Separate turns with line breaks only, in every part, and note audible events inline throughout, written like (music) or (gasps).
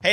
Hey,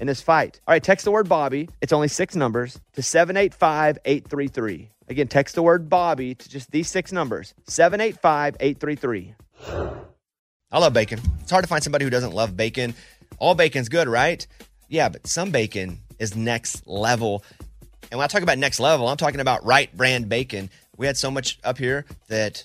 in this fight. All right, text the word Bobby. It's only six numbers to 785 833. Again, text the word Bobby to just these six numbers 785 833.
I love bacon. It's hard to find somebody who doesn't love bacon. All bacon's good, right? Yeah, but some bacon is next level. And when I talk about next level, I'm talking about right brand bacon. We had so much up here that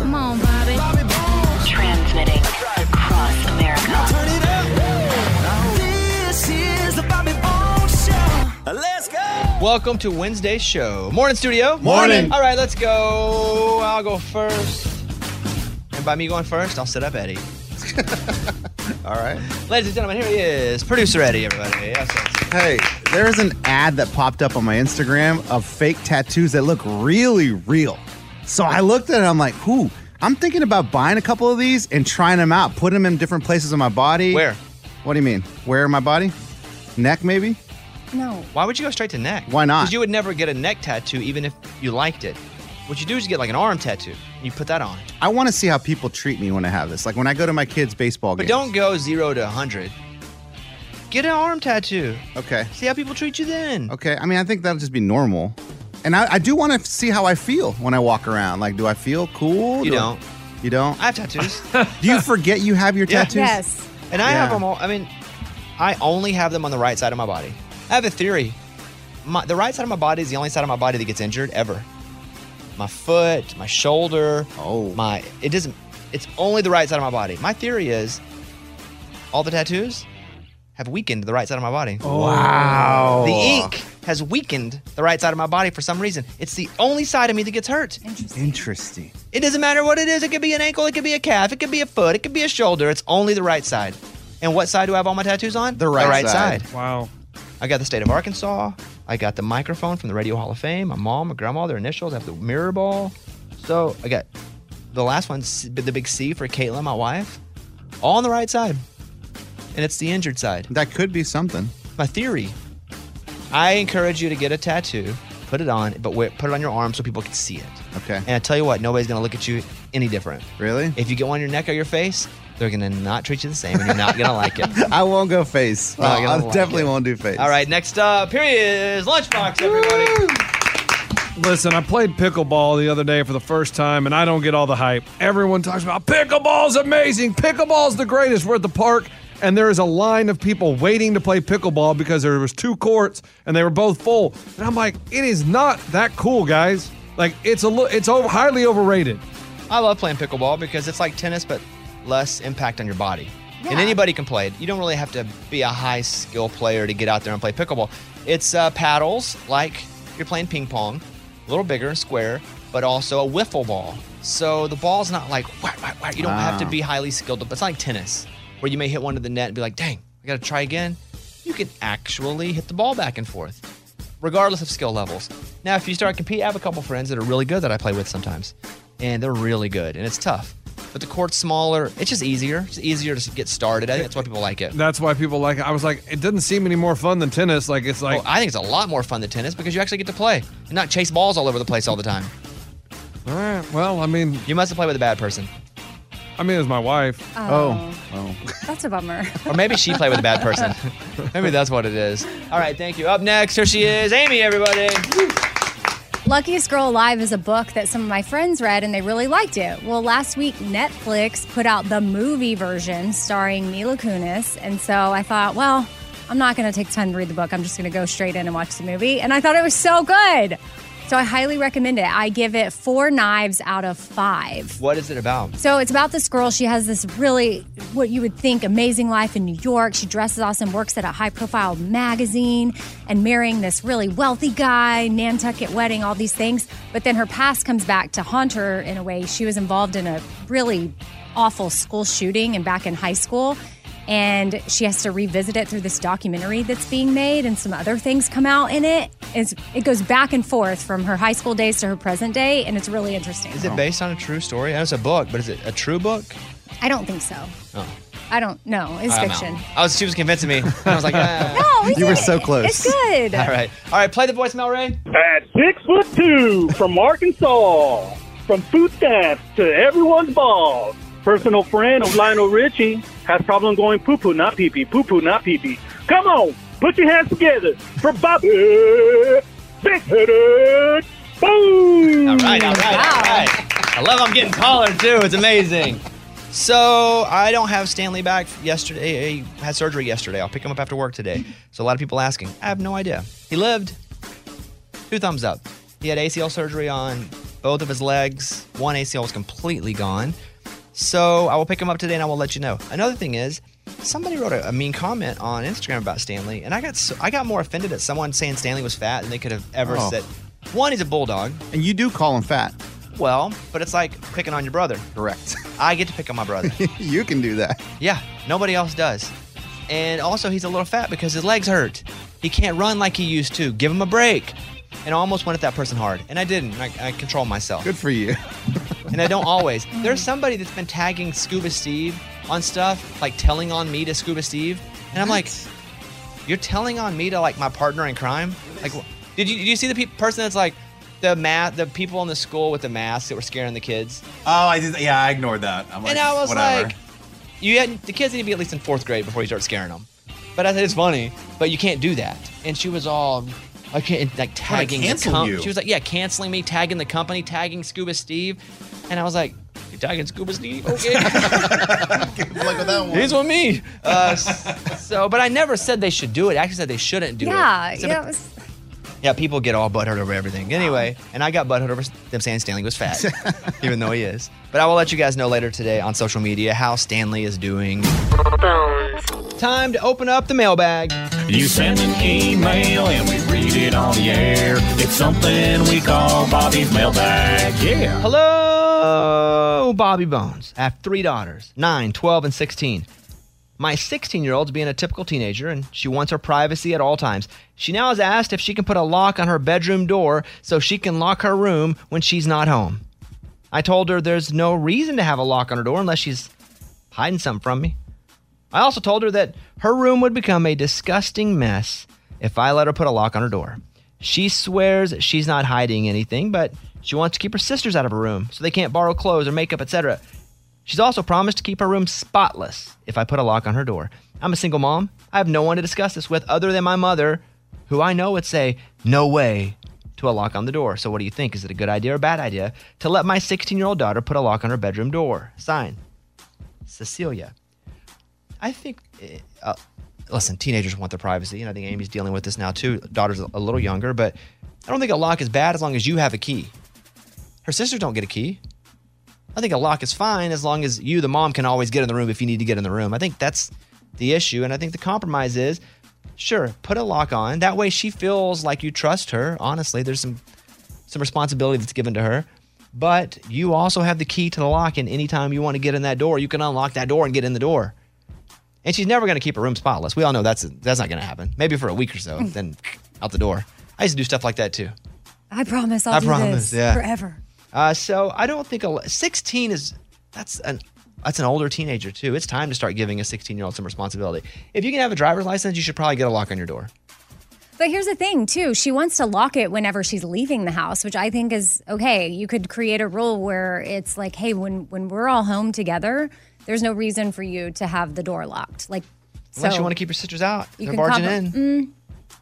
on, Bobby.
Transmitting across America.
This is the Bobby Bones Show. Let's go.
Welcome to Wednesday's show. Morning, studio.
Morning.
All right, let's go. Oh, I'll go first. And by me going first, I'll set up
(laughs)
Eddie.
All right.
Ladies and gentlemen, here he is, producer Eddie, everybody. Yes, yes.
Hey, there is an ad that popped up on my Instagram of fake tattoos that look really real. So I looked at it, I'm like, ooh, I'm thinking about buying a couple of these and trying them out, putting them in different places on my body.
Where?
What do you mean? Where in my body? Neck, maybe?
No.
Why would you go straight to neck?
Why not?
Because you would never get a neck tattoo, even if you liked it. What you do is you get like an arm tattoo. And you put that on.
I want to see how people treat me when I have this. Like when I go to my kids' baseball
But
game.
don't go zero to a 100. Get an arm tattoo.
Okay.
See how people treat you then.
Okay. I mean, I think that'll just be normal. And I, I do want to see how I feel when I walk around. Like, do I feel cool?
You
Do I-
don't.
You don't?
I have tattoos.
(laughs) Do you forget you have your
Yeah.
tattoos?
Yes.
And I have
Yeah.
them all. I mean, I only have them on the right side of my body. I have a theory. My, the right side of my body is the only side of my body that gets injured ever. My foot, my shoulder,
Oh.
my it doesn't. It's only the right side of my body. My theory is, all the tattoos have weakened the right side of my body.
Oh. Wow.
The ink has weakened the right side of my body for some reason. It's the only side of me that gets hurt.
Interesting.
It doesn't matter what it is. It could be an ankle, it could be a calf, it could be a foot, it could be a shoulder. It's only the right side. And what side do I have all my tattoos on?
The right side.
Wow.
I got the state of Arkansas. I got the microphone from the Radio Hall of Fame. My mom, my grandma, their initials. I have the mirror ball. So I got the last one, C- the big C for Caitlin, my wife, all on the right side. And it's the injured side.
That could be something.
My theory I encourage you to get a tattoo, put it on, but wear- put it on your arm so people can see it.
Okay.
And I tell you what, nobody's going to look at you any different.
Really?
If you get one on your neck or your face, they're going to not treat you the same and you're not going to
(laughs)
like it.
(laughs) I won't go face.
No, you
Oh, I
don't like
definitely
it.
won't do face.
All right, next up, here he is Lunchbox, everybody.
Listen, I played pickleball the other day for the first time, and I don't get all the hype. Everyone talks about pickleball's amazing. Pickleball's the greatest. We're at the park, and there is a line of people waiting to play pickleball because there was two courts, and they were both full. And I'm like, it is not that cool, guys. Like it's a lo- it's over- highly overrated.
I love playing pickleball because it's like tennis, but less impact on your body. And anybody can play it. You don't really have to be a high skill player to get out there and play pickleball. It's uh, paddles like you're playing ping pong, a little bigger and square, but also a wiffle ball. So the ball's not like whack, whack, whack. You don't have to be highly skilled. But it's not like tennis, where you may hit one to the net and be like, dang, I got to try again. You can actually hit the ball back and forth, regardless of skill levels. Now, if you start competing, I have a couple friends that are really good that I play with sometimes, and they're really good, and it's tough. But the court's smaller. It's just easier. It's easier to get started. I think that's why people like it.
That's why people like it. I was like, it doesn't seem any more fun than tennis. Like it's like
Oh, I think it's a lot more fun than tennis because you actually get to play and not chase balls all over the place all the time.
all right, well, I mean
You must have played with a bad person.
I mean it's my wife.
Oh, oh.
That's a bummer.
Or maybe she played with a
(laughs)
bad person. maybe that's what it is. All right, thank you. Up next, here she is, Amy, everybody.
(laughs) Luckiest Girl Alive is a book that some of my friends read and they really liked it. Well, last week Netflix put out the movie version starring Mila Kunis, and so I thought, well, I'm not going to take time to read the book. I'm just going to go straight in and watch the movie, and I thought it was so good. So I highly recommend it. I give it four knives out of five.
What is it about?
So it's about this girl. She has this really, what you would think, amazing life in New York. She dresses awesome, works at a high profile magazine, and marrying this really wealthy guy, Nantucket wedding, all these things. But then her past comes back to haunt her in a way. She was involved in a really awful school shooting and back in high school. And she has to revisit it through this documentary that's being made, and some other things come out in it. It's, it goes back and forth from her high school days to her present day, and it's really interesting.
Oh.
Is it based on a true story? I know it's a book, but is it a true book? Oh.
I don't think so. I don't know. It's
I'm out.
fiction.
I was, she was convincing me. And I was like, (laughs) ah.
Oh, we
You were
did
so
it.
close.
It's good.
all right, all right. Play the voicemail, Ray.
At six foot two, from Arkansas, from food stamps to everyone's balls, personal friend of Lionel Richie has problem going poo poo, not pee pee, poo poo, not pee pee. Come on, put your hands together for Bobby, big headed, boom.
All right, all right, all right. I love I'm getting taller too. It's amazing. So I don't have Stanley back yesterday. He had surgery yesterday. I'll pick him up after work today. So a lot of people asking. I have no idea. He lived. Two thumbs up. He had ACL surgery on both of his legs. One ACL was completely gone. So I will pick him up today and I will let you know. Another thing is, somebody wrote a, a mean comment on Instagram about Stanley, and I got so, I got more offended at someone saying Stanley was fat than they could have ever
Oh.
said. One, he's a bulldog.
And you do call
(laughs)
him fat.
Well, but it's like picking on your brother.
Correct.
(laughs) I get to pick on my
(laughs)
brother.
you can do that.
yeah, nobody else does. And also, he's a little fat because his legs hurt. He can't run like he used to. Give him a break. And I almost went at that person hard, and I didn't. I, I control myself,
Good for you.
(laughs) and I don't always. There's somebody that's been tagging Scuba Steve on stuff, like telling on me to Scuba Steve, and I'm like, "You're telling on me to like my partner in crime." Like, wh- did you did you see the pe- person that's like the ma- the people in the school with the masks that were scaring the kids?
Oh, I did. Yeah, I ignored that. I'm like,
and I was
whatever.
like, you had the kids need to be at least in fourth grade before you start scaring them. But I said it's funny, but you can't do that. And she was all, I can't like tagging the
cancel
company.
you.
She was like, yeah, canceling me, tagging the company, tagging Scuba Steve, and I was like, you tagging Scuba Steve?
(laughs)
Okay,
Good luck with that one.
he's with me. Uh, s- so, but I never said they should do it. I actually said they shouldn't do
Yeah,
it. So,
yeah.
but-
It was,
yeah, people get all butthurt over everything. Anyway, and I got butthurt over them saying Stanley
(laughs)
was fat, even though he is. But I will let you guys know later today on social media how Stanley is doing. Time to open up the mailbag.
You send an email and we read it on the air. It's something we call Bobby's mailbag. Yeah.
Hello, Bobby Bones. I have three daughters 9, 12, and 16. My 16 year old's being a typical teenager and she wants her privacy at all times. She now has asked if she can put a lock on her bedroom door so she can lock her room when she's not home. I told her there's no reason to have a lock on her door unless she's hiding something from me. I also told her that her room would become a disgusting mess if I let her put a lock on her door. She swears she's not hiding anything, but she wants to keep her sisters out of her room so they can't borrow clothes or makeup, etc. She's also promised to keep her room spotless if I put a lock on her door. I'm a single mom. I have no one to discuss this with other than my mother, who I know would say, No way to a lock on the door. So, what do you think? Is it a good idea or bad idea to let my 16 year old daughter put a lock on her bedroom door? Sign Cecilia. I think, eh, uh, listen, teenagers want their privacy, and I think Amy's dealing with this now too. Daughter's a little younger, but I don't think a lock is bad as long as you have a key. Her sisters don't get a key. I think a lock is fine as long as you, the mom, can always get in the room if you need to get in the room. I think that's the issue, and I think the compromise is, sure, put a lock on. That way, she feels like you trust her. Honestly, there's some some responsibility that's given to her. But you also have the key to the lock, and anytime you want to get in that door, you can unlock that door and get in the door And she's never going to keep her room spotless. We all know that's that's not going to happen. Maybe for a week or so, then out the door. I used to do stuff like that too.
I promise I'll
I
do
promise,
this
yeah.
forever.
Uh, so I don't think a, 16 is that's an that's an older teenager too. It's time to start giving a 16 year old some responsibility. If you can have a driver's license, you should probably get a lock on your door.
But here's the thing, too. She wants to lock it whenever she's leaving the house, which I think is okay. You could create a rule where it's like, hey, when when we're all home together, there's no reason for you to have the door locked. Like,
Unless
so
you want to keep your sisters out,
you
they're
can
barging
comp-
in.
Mm.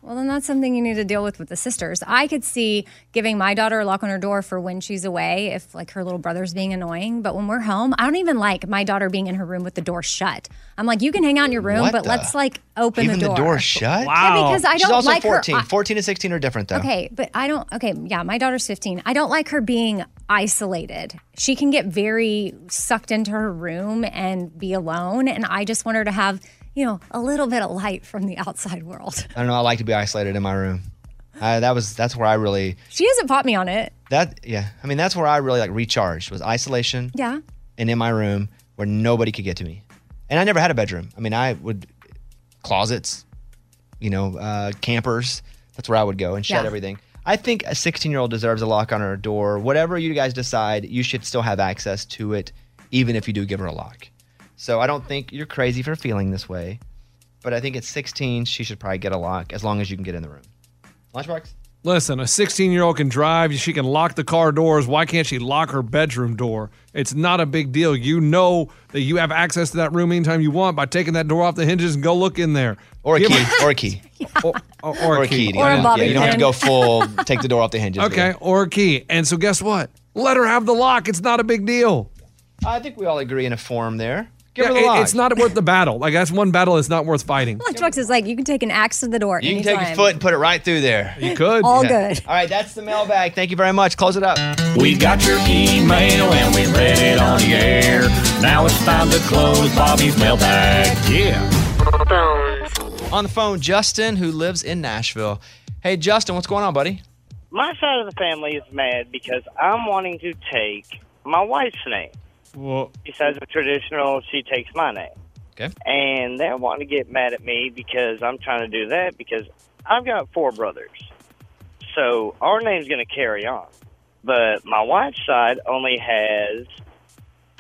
well, then that's something you need to deal with with the sisters. I could see giving my daughter a lock on her door for when she's away, if like her little brother's being annoying. But when we're home, I don't even like my daughter being in her room with the door shut. I'm like, you can hang out in your room,
What
but
the-
let's like open
Even
the door.
shut.
Wow. Yeah, because I
She's
don't
also
like her- uh,
14.
I-
14 and 16 are different though.
Okay, but I don't. Okay, yeah, my daughter's 15. I don't like her being isolated. She can get very sucked into her room and be alone. And I just want her to have, you know, a little bit of light from the (laughs) outside world.
I don't know. I like to be isolated in my room. Uh, that was that's where I really
She hasn't popped me on it.
that yeah. I mean that's where I really like recharged was isolation
Yeah.
and in my room where nobody could get to me. And I never had a bedroom. I mean I would closets, you know, uh, campers. That's where I would go and shut
Yeah.
everything. I think a 16 year old deserves a lock on her door. Whatever you guys decide, you should still have access to it, even if you do give her a lock. So I don't think you're crazy for feeling this way, but I think at 16 she should probably get a lock as long as you can get in the room. Lunchbox.
Listen, a 16 year old can drive. She can lock the car doors. Why can't she lock her bedroom door? It's not a big deal. You know that you have access to that room anytime you want by taking that door off the hinges and go look in there.
Or a key. Or
(laughs)
a key.
Or,
Or a key. Or a Yeah, bobby you don't have to pin. go (laughs) full, take the door off the hinges.
Okay, or a key. And so guess what? Let her have the lock. It's not a big deal.
I think we all agree in a form there. Give
Yeah,
her the
it-
lock.
It's not worth the battle. Like, that's one battle that's not worth fighting.
Lunchbox is like, you can take an axe to the door.
you can
anytime.
take your foot and put it right through there.
You could.
All good.
All right, that's the mailbag. Thank you very much. Close it up.
We got your email and we read it on the air. Now it's time to close Bobby's mailbag. Yeah.
On the phone, Justin, who lives in Nashville. Hey, Justin, what's going on, buddy?
My side of the family is mad because I'm wanting to take my wife's name.
Well,
Besides the traditional, she takes my name.
Okay.
And they're wanting to get mad at me because I'm trying to do that because I've got four brothers. So our name's going to carry on. But my wife's side only has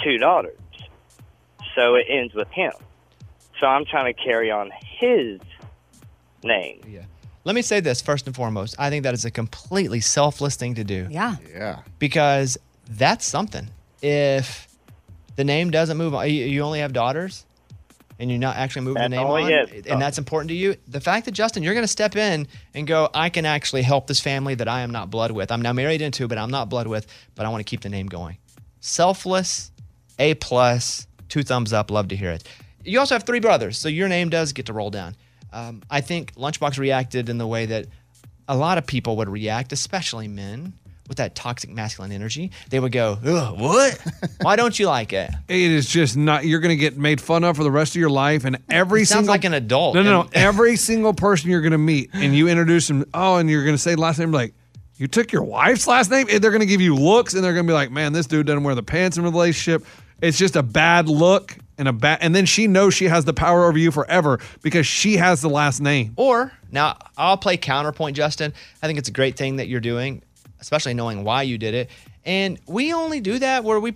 two daughters. So it ends with him. So I'm trying to carry on his name.
Yeah. Let me say this first and foremost. I think that is a completely selfless thing to do.
Yeah.
Yeah.
Because that's something. If the name doesn't move on, you- you only have daughters and you're not actually moving the
That's
name
all it
on,
is.
and that's important to you. The fact that, Justin, you're going to step in and go, I can actually help this family that I am not blood with. I'm now married into, but I'm not blood with, but I want to keep the name going. Selfless, A plus, two thumbs up. Love to hear it. You also have three brothers, so your name does get to roll down. Um, I think Lunchbox reacted in the way that a lot of people would react, especially men, with that toxic masculine energy. They would go,
(laughs)
Ugh, "What? Why don't you like it?"
It is just not. You're going to get made fun of for the rest of your life, and every
It sounds
single
like an adult.
No, no, no.
Oh, And- (laughs)
every single person you're going to meet, and you introduce them. Oh, and you're going to say last name like. You took your wife's last name, and they're going to give you looks, and they're going to be like, "Man, this dude doesn't wear the pants in a relationship. It's just a bad look and a bad." And then she knows she has the power over you forever because she has the last name.
Or now I'll play counterpoint, Justin. I think it's a great thing that you're doing, especially knowing why you did it. And we only do that where we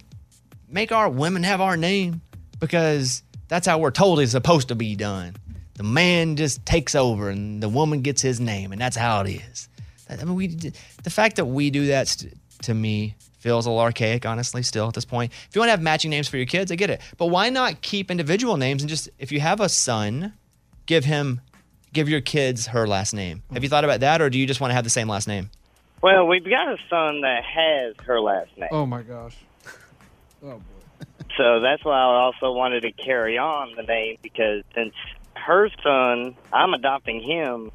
make our women have our name because that's how we're told it's supposed to be done. The man just takes over and the woman gets his name, and that's how it is. I mean, we the fact that we do that st- to me feels a little archaic, honestly. Still at this point, if you want to have matching names for your kids, I get it, but why not keep individual names and just if you have a son, give him, give your kids her last name. Have you thought about that, or do you just want to have the same last name?
Well, we've got a son that has her last name.
Oh my gosh.
So that's why I also wanted to carry on the name because since her son, I'm adopting him.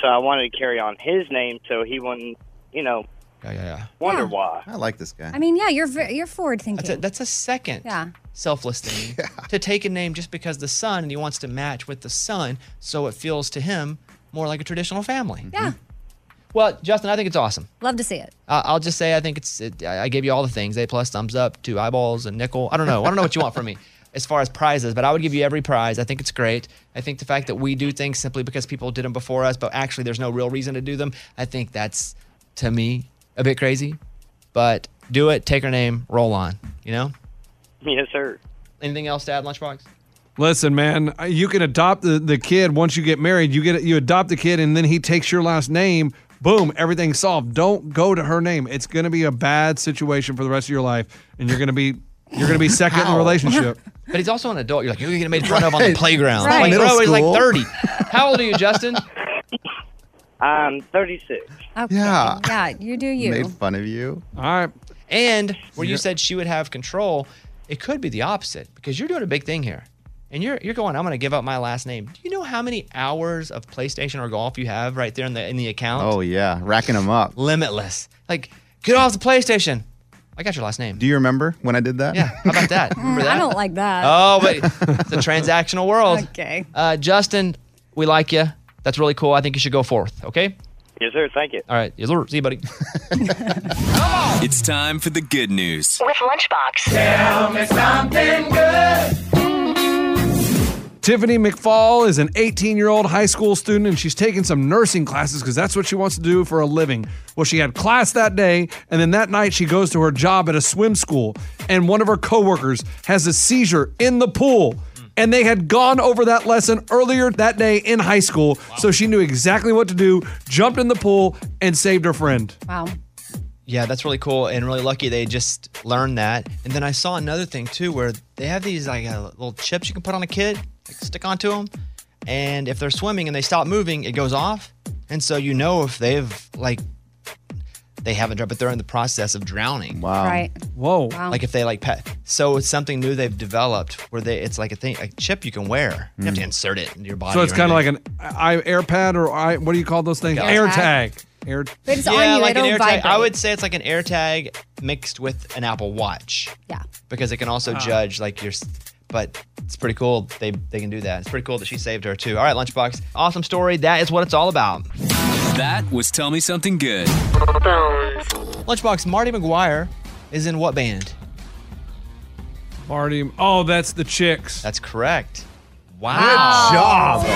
So I wanted to carry on his name so he wouldn't, you know,
Yeah, yeah, yeah.
wonder why.
I like this guy.
I mean, yeah, you're ve- you're forward thinking.
That's a, that's a second
yeah.
selfless thing to take a name just because the son and he wants to match with the son, so it feels to him more like a traditional family. Mm-hmm.
Yeah.
Well, Justin, I think it's awesome.
Love to see it.
Uh, I'll just say I think it's. It, I I gave you all the things: a plus, thumbs up, two eyeballs, a nickel. I don't know. I don't know what you want from me. (laughs) as far as prizes, but I would give you every prize. I think it's great. I think the fact that we do things simply because people did them before us, but actually there's no real reason to do them, I think that's to me a bit crazy. But do it, take her name, roll on, you know?
Yes, sir.
Anything else to add, Lunchbox?
Listen, man, you can adopt the, the kid once you get married. You get you adopt the kid, and then he takes your last name. Boom, everything's solved. Don't go to her name. It's going to be a bad situation for the rest of your life, and you're going to be you're going to be second in
How?
a (laughs) relationship.
But he's also an adult. You're like, you're going to get made fun of on the
Right.
playground.
Right.
Like,
Middle
bro, he's like
school.
30. How old are you, Justin?
(laughs) I'm 36.
Yeah.
Yeah, you do you.
Made fun of you.
All right.
And where you said she would have control, it could be the opposite because you're doing a big thing here. And you're you're going, I'm gonna give up my last name. Do you know how many hours of PlayStation or golf you have right there in the in the account?
Oh yeah, racking them up.
Limitless. Like, get off the PlayStation. I got your last name.
Do you remember when I did that? Yeah.
How about that? Remember
Mm, I
that?
don't like that.
Oh,
(laughs)
but it's a transactional world.
Okay.
Uh, Justin, we like you. That's really cool. I think you should go forth. Okay.
Yes, sir. Thank you.
All right. Yes, sir. See you, buddy. (laughs)
It's time for the good news.
With Lunchbox.
Tell me something good.
Tiffany McFall is an 18 year old high school student and she's taking some nursing classes because that's what she wants to do for a living. Well, she had class that day, and then that night she goes to her job at a swim school, and one of her coworkers has a seizure in the pool. And they had gone over that lesson earlier that day in high school, so she knew exactly what to do, jumped in the pool, and saved her friend.
Wow.
Yeah, that's really cool and really lucky they just learned that. And then I saw another thing too where they have these like uh, little chips you can put on a kid, like stick onto them. And if they're swimming and they stop moving, it goes off. And so you know if they've like they haven't dropped, but they're in the process of drowning.
Wow.
Right.
Whoa.
Wow.
Like if they like pet. So it's something new they've developed where they it's like a thing, a chip you can wear. You have to insert it into your body.
So it's
or
kind of like
anything.
an I, air pad or I, what do you call those things?
Yeah.
Air
Air tag.
tag. Air.
But it's
yeah,
on you.
like
it
an
don't
air tag.
vibrate.
I would say it's like an air tag mixed with an Apple Watch.
Yeah.
because it can also
Ah.
judge like your. s- But it's pretty cool. They they can do that. It's pretty cool that she saved her too. All right, lunchbox, awesome story. That is what it's all about.
That was Tell Me Something Good.
Lunchbox, Marty McGuire is in what band?
Marty. Oh, that's the chicks.
That's correct. Wow.
Good job.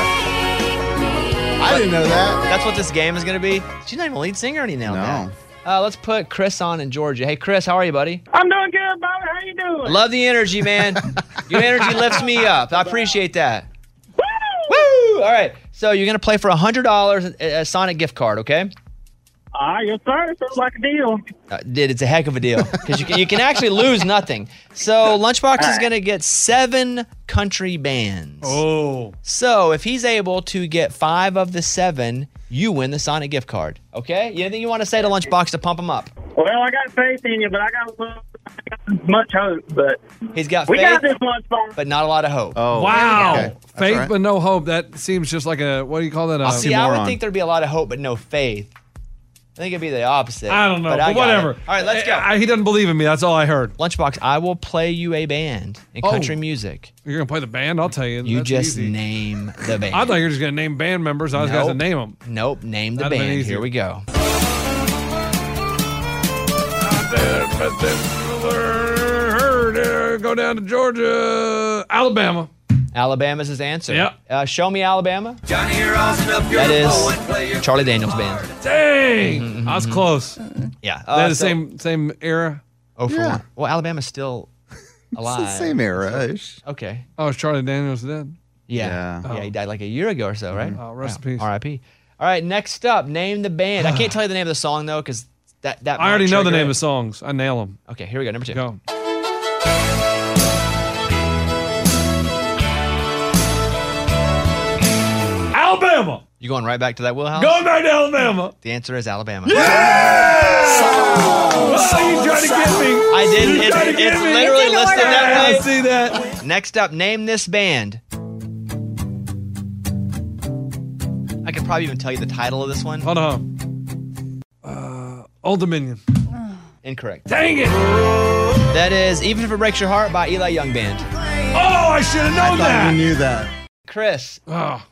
I
didn't know that.
That's what this game is going to be. She's not even a lead singer anymore. No. Uh, let's put Chris on in Georgia. Hey, Chris, how are you, buddy?
I'm doing good, Bobby. How you doing?
Love the energy,
(laughs)
man. Your energy lifts me up. I appreciate that. Woo! All right. So you're gonna play for hundred dollars a a Sonic gift card, okay?
Ah, yes, sir. Sounds like a deal.
Uh, Did it's a heck of a deal because you can you can actually lose nothing.
(laughs)
So Lunchbox is gonna get seven country bands.
Oh.
So if he's able to get five of the seven, you win the Sonic gift card. Okay? Anything you want to say to Lunchbox to pump him up?
Well, I got faith in you, but I got a little- I got much hope. But
he's got
we got
faith,
this one, Bobby.
but not a lot of hope.
Oh.
Wow. Faith
right.
but no hope. That seems just like a what do you call that? A
See, I would think there'd be a lot of hope, but no faith. I think it'd be the opposite.
I don't know, but,
I got it.
whatever.
All right, let's go.
I- I- he doesn't believe in me. That's all I heard.
Lunchbox, I will play you a band in
Oh.
country music.
You're gonna play the band? I'll tell you.
You
That's
just
easy.
name the
(laughs)
band.
I thought you were just gonna name band members. I was gonna
Nope.
name them.
Nope, name the
That'd have been
band.
easier.
Here we go.
Go down to Georgia, Alabama.
Alabama's his answer.
Yep.
Uh, show me Alabama.
That
that is Charlie Daniels Band.
Dang,
(laughs)
I was close.
Yeah,
They're
Uh,
the
so-
same same era.
Oh, for
Yeah.
one. Well, Alabama's still alive.
same era-ish.
Okay.
Oh, is Charlie Daniels dead?
Yeah. Yeah.
Yeah.
he died like a year ago or so, right?
Oh, rest
in peace. R.I.P. All right, next up, name the band. I
(sighs)
can't tell you the name of the song though, because that that
I already know the name of
of.
songs. I nail them.
Okay, here we go. Number two.
Go. Alabama.
You going right back to that wheelhouse?
Going back to Alabama.
The answer is Alabama.
Oh, you trying to get me?
I didn't.
You
It's,
trying to get
it's
me?
literally
It's in
listed
order.
that way.
I see that.
Next up, name this band. I could probably even tell you the title of this one.
Hold on. Uh, Old Dominion.
Incorrect.
Dang it!
That is Even If It Breaks Your Heart by Eli Young Band.
Oh, I should have known
I
that.
knew that.
Chris.
Oh.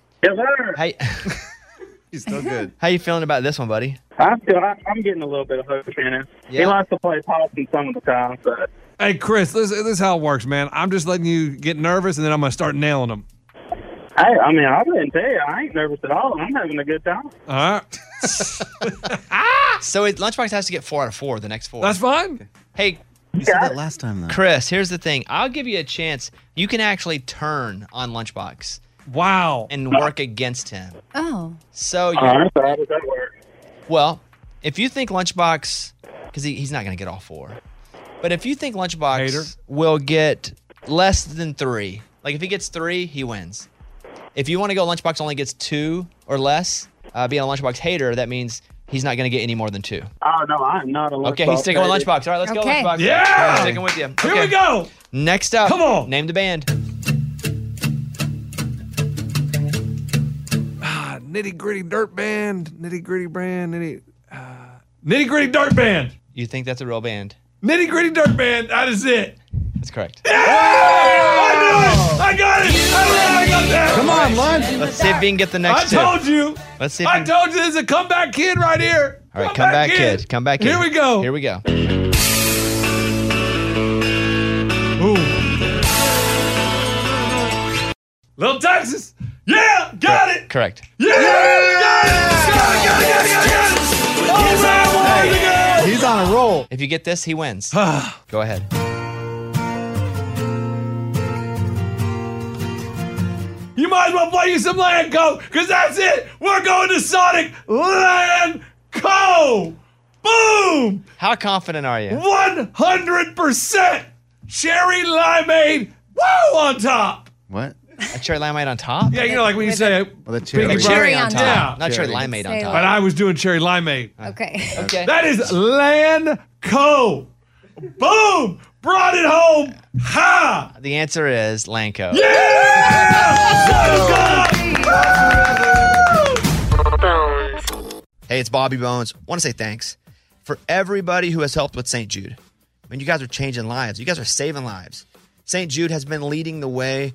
Hey,
He's still good.
how you feeling about this one, buddy?
I'm still. I, I'm getting a little bit of hope in it.
Yeah.
He likes to play possum some of the time, but
Hey, Chris, this, this is how it works, man. I'm just letting you get nervous, and then I'm going to start nailing them.
I, I mean, I wouldn't tell you. I ain't nervous at all. I'm having a good time.
All right.
So it, Lunchbox has to get four out of four the next four.
That's fine.
Hey,
You said that last time, though.
Chris, here's the thing. I'll give you a chance. You can actually turn on Lunchbox.
Wow.
And work against him.
Oh.
So you.
Uh-huh.
All right, so how does that work?
Well, if you think Lunchbox, because he, he's not going to get all four, but if you think Lunchbox will get less than three, like if he gets three, he wins. If you want to go Lunchbox only gets two or less, uh, being a Lunchbox hater, that means he's not going to get any more than two.
Oh no, I'm not a lunchbox.
Okay, he's sticking with Lunchbox. All right, let's
Okay.
go Lunchbox.
Yeah!
I'm sticking with you.
Here we
go.
Next up, come on. Name the band.
Ah, nitty gritty dirt band. Nitty gritty brand. Nitty. Uh, nitty gritty dirt band.
You think that's a real band?
Nitty gritty dirt band. That is it.
That's correct.
I got it. I got that.
Come on, lunch. Let's see if we can get the next.
I told you.
Let's see. If
I
we-
told you this is a comeback kid right here.
All right, come back, kid. Come back.
Here we go.
Here we go.
Little Texas. Yeah, got it.
Correct.
Yeah, got it. Got it, got it, got it, got it, got it. All right, one more to go.
He's on a roll. If you get this,
(sighs)
he wins. go ahead.
You might as well play you some Lanco, because that's it. We're going to Sonic Lanco. Boom!
How confident are you?
100% cherry limeade. Woo! On top.
What? A cherry limeade on top?
Yeah, you know, like when you say
well, the
cherry. Cherry on top.
Yeah.
Not cherry limeade on Say top.
But I was doing cherry limeade.
(laughs)
Okay.
Okay.
That is Lanco. Boom! Brought it home. Ha!
The answer is Lanco.
Hey, it's Bobby Bones. Want to say thanks for everybody who has helped with St. Jude. I mean, you guys are changing lives. You guys are saving lives. St. Jude has been leading the way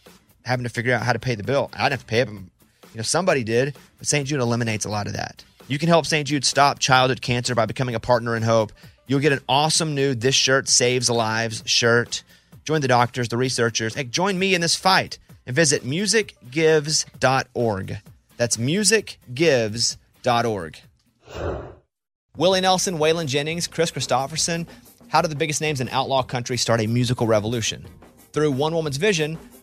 having to figure out how to pay the bill. I didn't have to pay it, but you know, somebody did. But St. Jude eliminates a lot of that. You can help St. Jude stop childhood cancer by becoming a partner in hope. You'll get an awesome new This Shirt Saves Lives shirt. Join the doctors, the researchers. Hey, join me in this fight and visit musicgives.org. That's musicgives.org.
Willie Nelson, Waylon Jennings, Chris Christopherson. How did the biggest names in outlaw country start a musical revolution? Through one woman's vision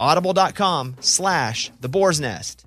audible.com slash the boar's nest.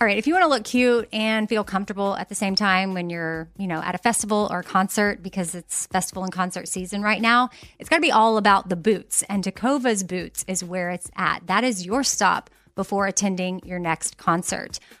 All right, if you want to look cute and feel comfortable at the same time when you're, you know, at a festival or a concert because it's festival and concert season right now, it's got to be all about the boots. And Takova's Boots is where it's at. That is your stop before attending your next concert.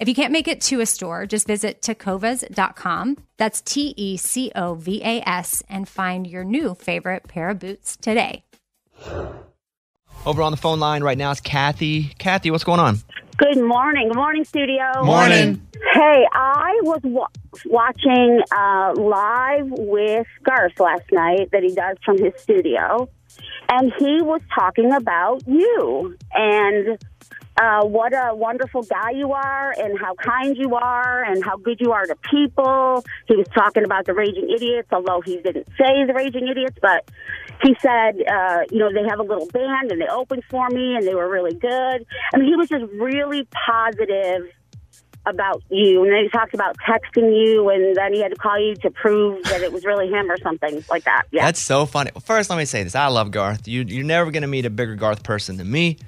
If you can't make it to a store, just visit tecovas.com. That's T E C O V A S and find your new favorite pair of boots today.
Over on the phone line right now is Kathy. Kathy, what's going on?
Good morning. Good morning, studio.
Morning.
Hey, I was wa- watching uh, live with Garth last night that he does from his studio, and he was talking about you and uh, what a wonderful guy you are and how kind you are and how good you are to people. He was talking about the Raging Idiots, although he didn't say the Raging Idiots, but he said, uh, you know, they have a little band and they opened for me and they were really good. I mean, he was just really positive about you. And then he talked about texting you and then he had to call you to prove that it was really him or something like that. Yeah.
That's so funny. Well, first, let me say this I love Garth. You, you're never going to meet a bigger Garth person than me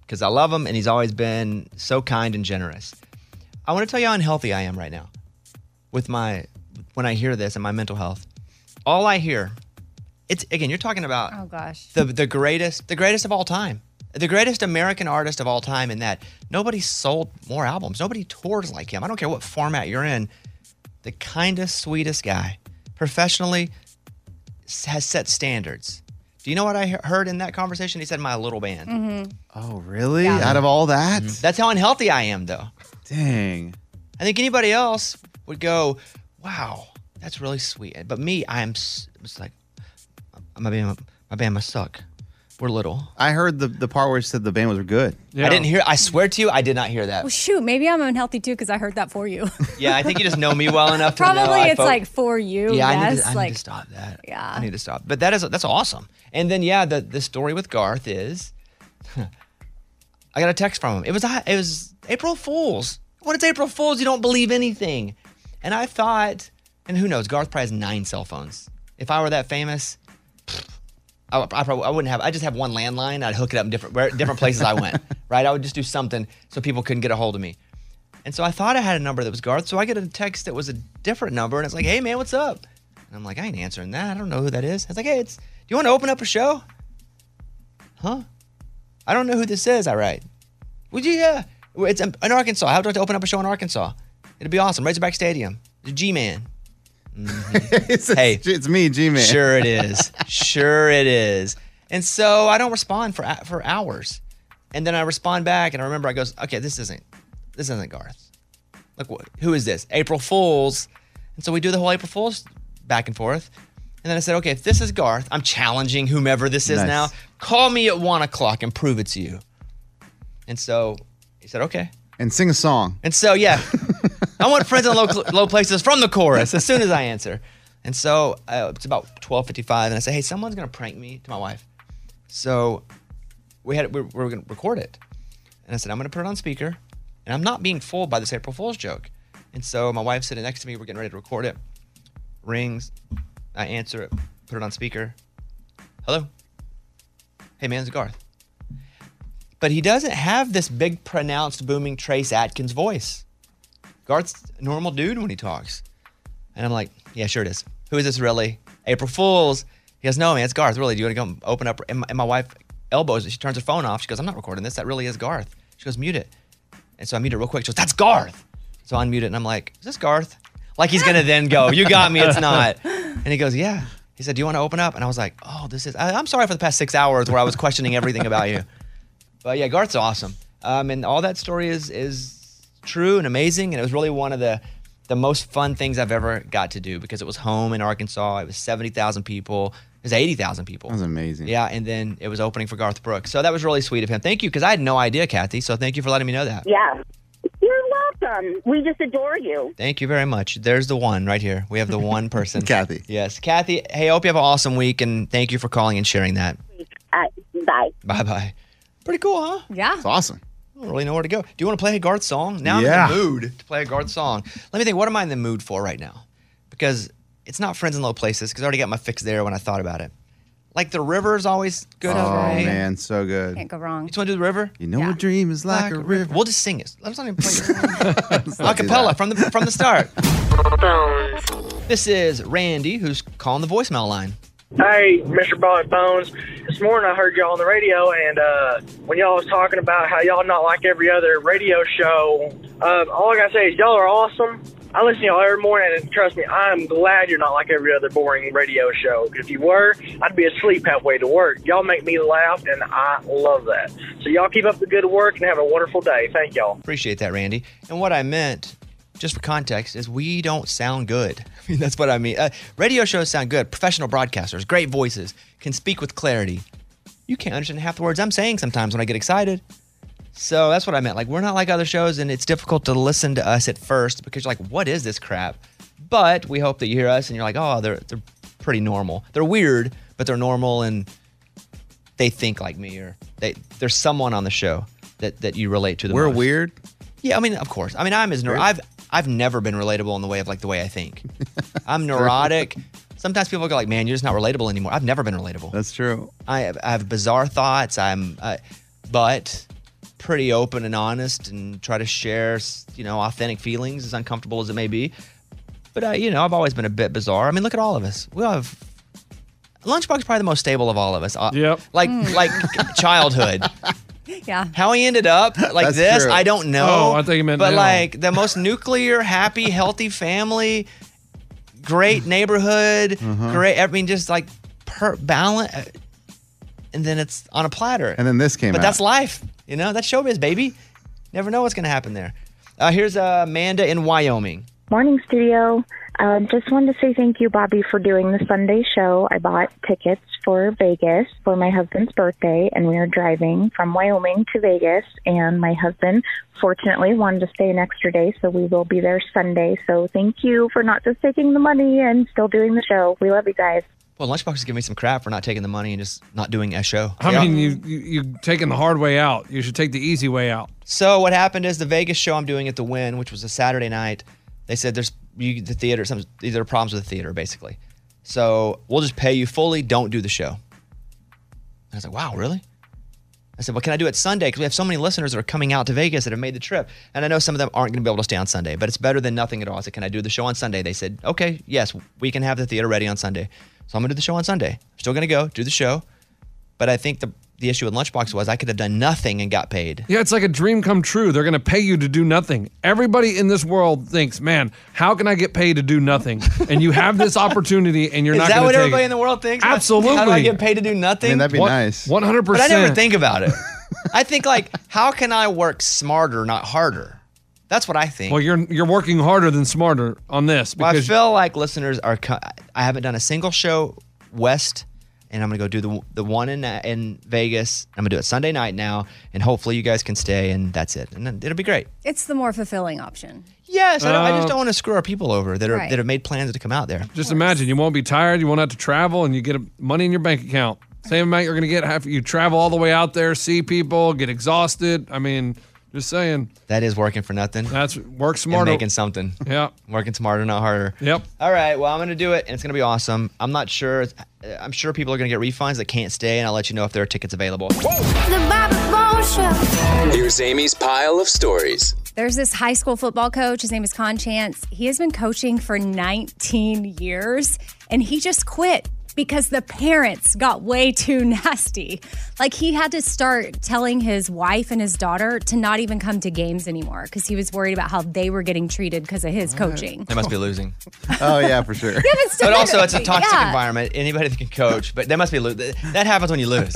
because I love him and he's always been so kind and generous. I want to tell you how unhealthy I am right now with my when I hear this and my mental health. All I hear, it's again, you're talking about
Oh, gosh.
the the greatest, the greatest of all time. The greatest American artist of all time in that nobody sold more albums. Nobody tours like him. I don't care what format you're in. The kindest, sweetest guy. Professionally s- has set standards. Do you know what I he- heard in that conversation? He said my little band. Mm-hmm.
Mm-hmm.
Oh, really? Out of all that?
That's how unhealthy I am though.
(laughs) Dang.
I think anybody else would go, "Wow, that's really sweet." But me, I am s- it's like uh, my band, my band must suck. We're little.
I heard the, the part where he said the band was good.
I didn't hear. I swear to you, I did not hear that.
Well, (laughs) shoot, maybe I'm unhealthy too because I heard that for you. (laughs)
Yeah, I think you just know me well enough. to know
Probably
I
it's
fo-
like for you.
Yeah, I need to-
yes,
I need to
like
stop that.
Yeah.
I need to stop. But that is that's awesome. And then yeah, the the story with Garth is, (laughs) I got a text from him. It was it was April Fools. When it's April Fools, you don't believe anything. And I thought, and who knows, Garth probably has nine cell phones. If I were that famous, I, would- I probably I wouldn't have. I just have one landline. I'd hook it up in different where, different places I went. (laughs) Right, I would just do something so people couldn't get a hold of me. And so I thought I had a number that was Garth. So I get a text that was a different number, and it's like, "Hey man, what's up?" And I'm like, I ain't answering that. I don't know who that is. I was like, hey, it's, do you want to open up a show? Huh? I don't know who this is. I write. Would you, yeah. Well, It's in in Arkansas. How do I have to open up a show in Arkansas? It'd be awesome. Razorback Stadium. The G Man. hey,
(laughs) it's me, G Man.
Sure it is. sure it is. And so I don't respond for for hours, and then I respond back, and I remember I goes, okay, this isn't this isn't Garth. Look, wh- who is this? April Fools. And so we do the whole April Fools back and forth. And then I said, okay, if this is Garth, I'm challenging whomever this is
Nice.
now. Call me at one o'clock and prove it to you. And so he said, okay.
And sing a song.
And so, yeah, I want friends in low, low places from the chorus as soon as I answer. And so uh, it's about 12:55, and I say, "Hey, someone's gonna prank me to my wife." So we had we we were gonna record it, and I said, "I'm gonna put it on speaker," and I'm not being fooled by this April Fool's joke. And so my wife's sitting next to me. We're getting ready to record it. Rings. I answer it. Put it on speaker. Hello. Hey, man, it's Garth but he doesn't have this big, pronounced, booming Trace Atkins voice. Garth's a normal dude when he talks. And I'm like, yeah, sure it is. Who is this really? April Fools. He goes, no, man, it's Garth. Really, do you want to come open up? And my, and my wife elbows it. She turns her phone off. She goes, I'm not recording this. That really is Garth. She goes, mute it. And so I mute it real quick. She goes, that's Garth. So I unmute it and I'm like, is this Garth? Like he's going to then go, you got me. It's not. And he goes, yeah. He said, do you want to open up? And I was like, oh, this is, I, I'm sorry for the past six hours where I was questioning everything about you. But yeah, Garth's awesome. Um, and all that story is is true and amazing. And it was really one of the the most fun things I've ever got to do because it was home in Arkansas. It was seventy thousand people. was 80,000 people.
That was amazing.
Yeah, and then it was opening for Garth Brooks. So that was really sweet of him. Thank you, because I had no idea, Kathy. So thank you for letting me know that.
Yeah. You're welcome. We just adore you.
Thank you very much. There's the one right here. We have the one person.
Kathy.
Yes. Kathy, hey, I hope you have an awesome week, and thank you for calling and sharing that.
Uh, bye.
Bye bye. Pretty cool, huh?
Yeah.
It's awesome.
I don't really know where to go. Do you want to play a Garth song? Now
Yeah.
I'm in the mood to play a Garth song. Let me think, what am I in the mood for right now? Because it's not Friends in Low Places, because I already got my fix there when I thought about it. Like the river is always good.
Oh,
okay.
man. So good.
Can't go wrong.
You just want to do the river?
You know a dream is like, a river.
We'll just sing it. Let's not even play
(laughs)
it. (laughs) Acapella from the from the start. this is Randy who's calling the voicemail line.
Hey, Mr. Bullet Bones. This morning I heard y'all on the radio, and uh, when y'all was talking about how y'all not like every other radio show, um, all I gotta say is y'all are awesome. I listen to y'all every morning, and trust me, I'm glad you're not like every other boring radio show. 'Cause If you were, I'd be asleep halfway to work. Y'all make me laugh, and I love that. So y'all keep up the good work and have a wonderful day. Thank y'all.
Appreciate that, Randy. And what I meant, just for context, is we don't sound good. (laughs) I mean, that's what I mean. Uh, radio shows sound good. Professional broadcasters, great voices, can speak with clarity. You can't understand half the words I'm saying sometimes when I get excited. So that's what I meant. Like, we're not like other shows, and it's difficult to listen to us at first because you're like, what is this crap? But we hope that you hear us and you're like, oh, they're, they're pretty normal. They're weird, but they're normal and they think like me or they, there's someone on the show that, that you relate to the
We're
most.
weird.
Yeah, I mean, of course. I mean, I'm as ner- I've I've never been relatable in the way of like the way I think. (laughs) I'm neurotic. Sometimes people go like, "Man, you're just not relatable anymore." I've never been relatable.
That's true.
I have, I have bizarre thoughts. I'm, I, but pretty open and honest, and try to share s- you know authentic feelings, as uncomfortable as it may be. But I, you know, I've always been a bit bizarre. I mean, look at all of us. We all have. Lunchbox is probably the most stable of all of us. Uh, yep. Like like childhood.
Yeah.
How he ended up like
That's
this,
true.
I don't know.
Oh, I thought you meant
But
now.
like the most nuclear, happy, healthy family, great neighborhood,
Mm-hmm.
great. I mean, just like per balance. uh, And then it's on a platter.
And then this came
but
out.
that's life, you know. That's showbiz, baby. Never know what's gonna happen there. Uh, here's uh, Amanda in Wyoming.
Morning, studio. Um, just wanted to say thank you, Bobby, for doing the Sunday show. I bought tickets for Vegas for my husband's birthday, and we are driving from Wyoming to Vegas. And my husband, fortunately, wanted to stay an extra day, so we will be there Sunday. So thank you for not just taking the money and still doing the show. We love you guys.
Well, Lunchbox is giving me some crap for not taking the money and just not doing a show.
I
Yeah.
mean, you, you you taking the hard way out. You should take the easy way out.
So what happened is the Vegas show I'm doing at the Win, which was a Saturday night, they said there's you, the theater. Some these are problems with the theater, basically. So we'll just pay you fully. Don't do the show. And I was like, wow, really? I said, well, can I do it Sunday? Because we have so many listeners that are coming out to Vegas that have made the trip, and I know some of them aren't going to be able to stay on Sunday. But it's better than nothing at all. I said, can I do the show on Sunday? They said, okay, yes, we can have the theater ready on Sunday. So I'm going to do the show on Sunday. I'm still going to go do the show, but I think the the issue with Lunchbox was I could have done nothing and got paid.
Yeah, it's like a dream come true. They're going to pay you to do nothing. Everybody in this world thinks, man, how can I get paid to do nothing? And you have this opportunity and you're
Is
not
that
going to
what
take
everybody
it.
in the world thinks?
Absolutely.
How do I get paid to do nothing?
Man, that'd be One- nice. 100%.
But I never think about it. I think like, how can I work smarter, not harder? That's what I think.
Well, you're you're working harder than smarter on this
Well, I
because
feel like listeners are. co- I haven't done a single show west, and I'm gonna go do the the one in in Vegas. I'm gonna do it Sunday night now, and hopefully you guys can stay, and that's it, and then it'll be great.
It's the more fulfilling option.
Yes, I, don't,
Uh,
I just don't want to screw our people over that are
Right.
that have made plans to come out there.
just imagine you won't be tired, you won't have to travel, and you get money in your bank account. Same amount you're going to get after you travel all the way out there, see people, get exhausted. I mean, just saying.
That is working for nothing.
That's work smarter.
making something.
Yeah.
Working smarter, not harder.
Yep.
All right. Well, I'm going to do it, and it's going to be awesome. I'm not sure. it's- I'm sure people are going to get refunds that can't stay, and I'll let you know if there are tickets available.
The Bobby Bones Show.
Here's Amy's pile of stories.
There's this high school football coach. His name is Con Chance. He has been coaching for 19 years and he just quit because the parents got way too (laughs) nasty. Like he had to start telling his wife and his daughter to not even come to games anymore because he was worried about how they were getting treated because of his coaching.
They must be (laughs) losing.
Oh, yeah, for sure.
Yeah, but still-
also, it's a toxic
yeah.
environment. Anybody that can coach, but they must be lo- th- That happens when you (laughs) lose.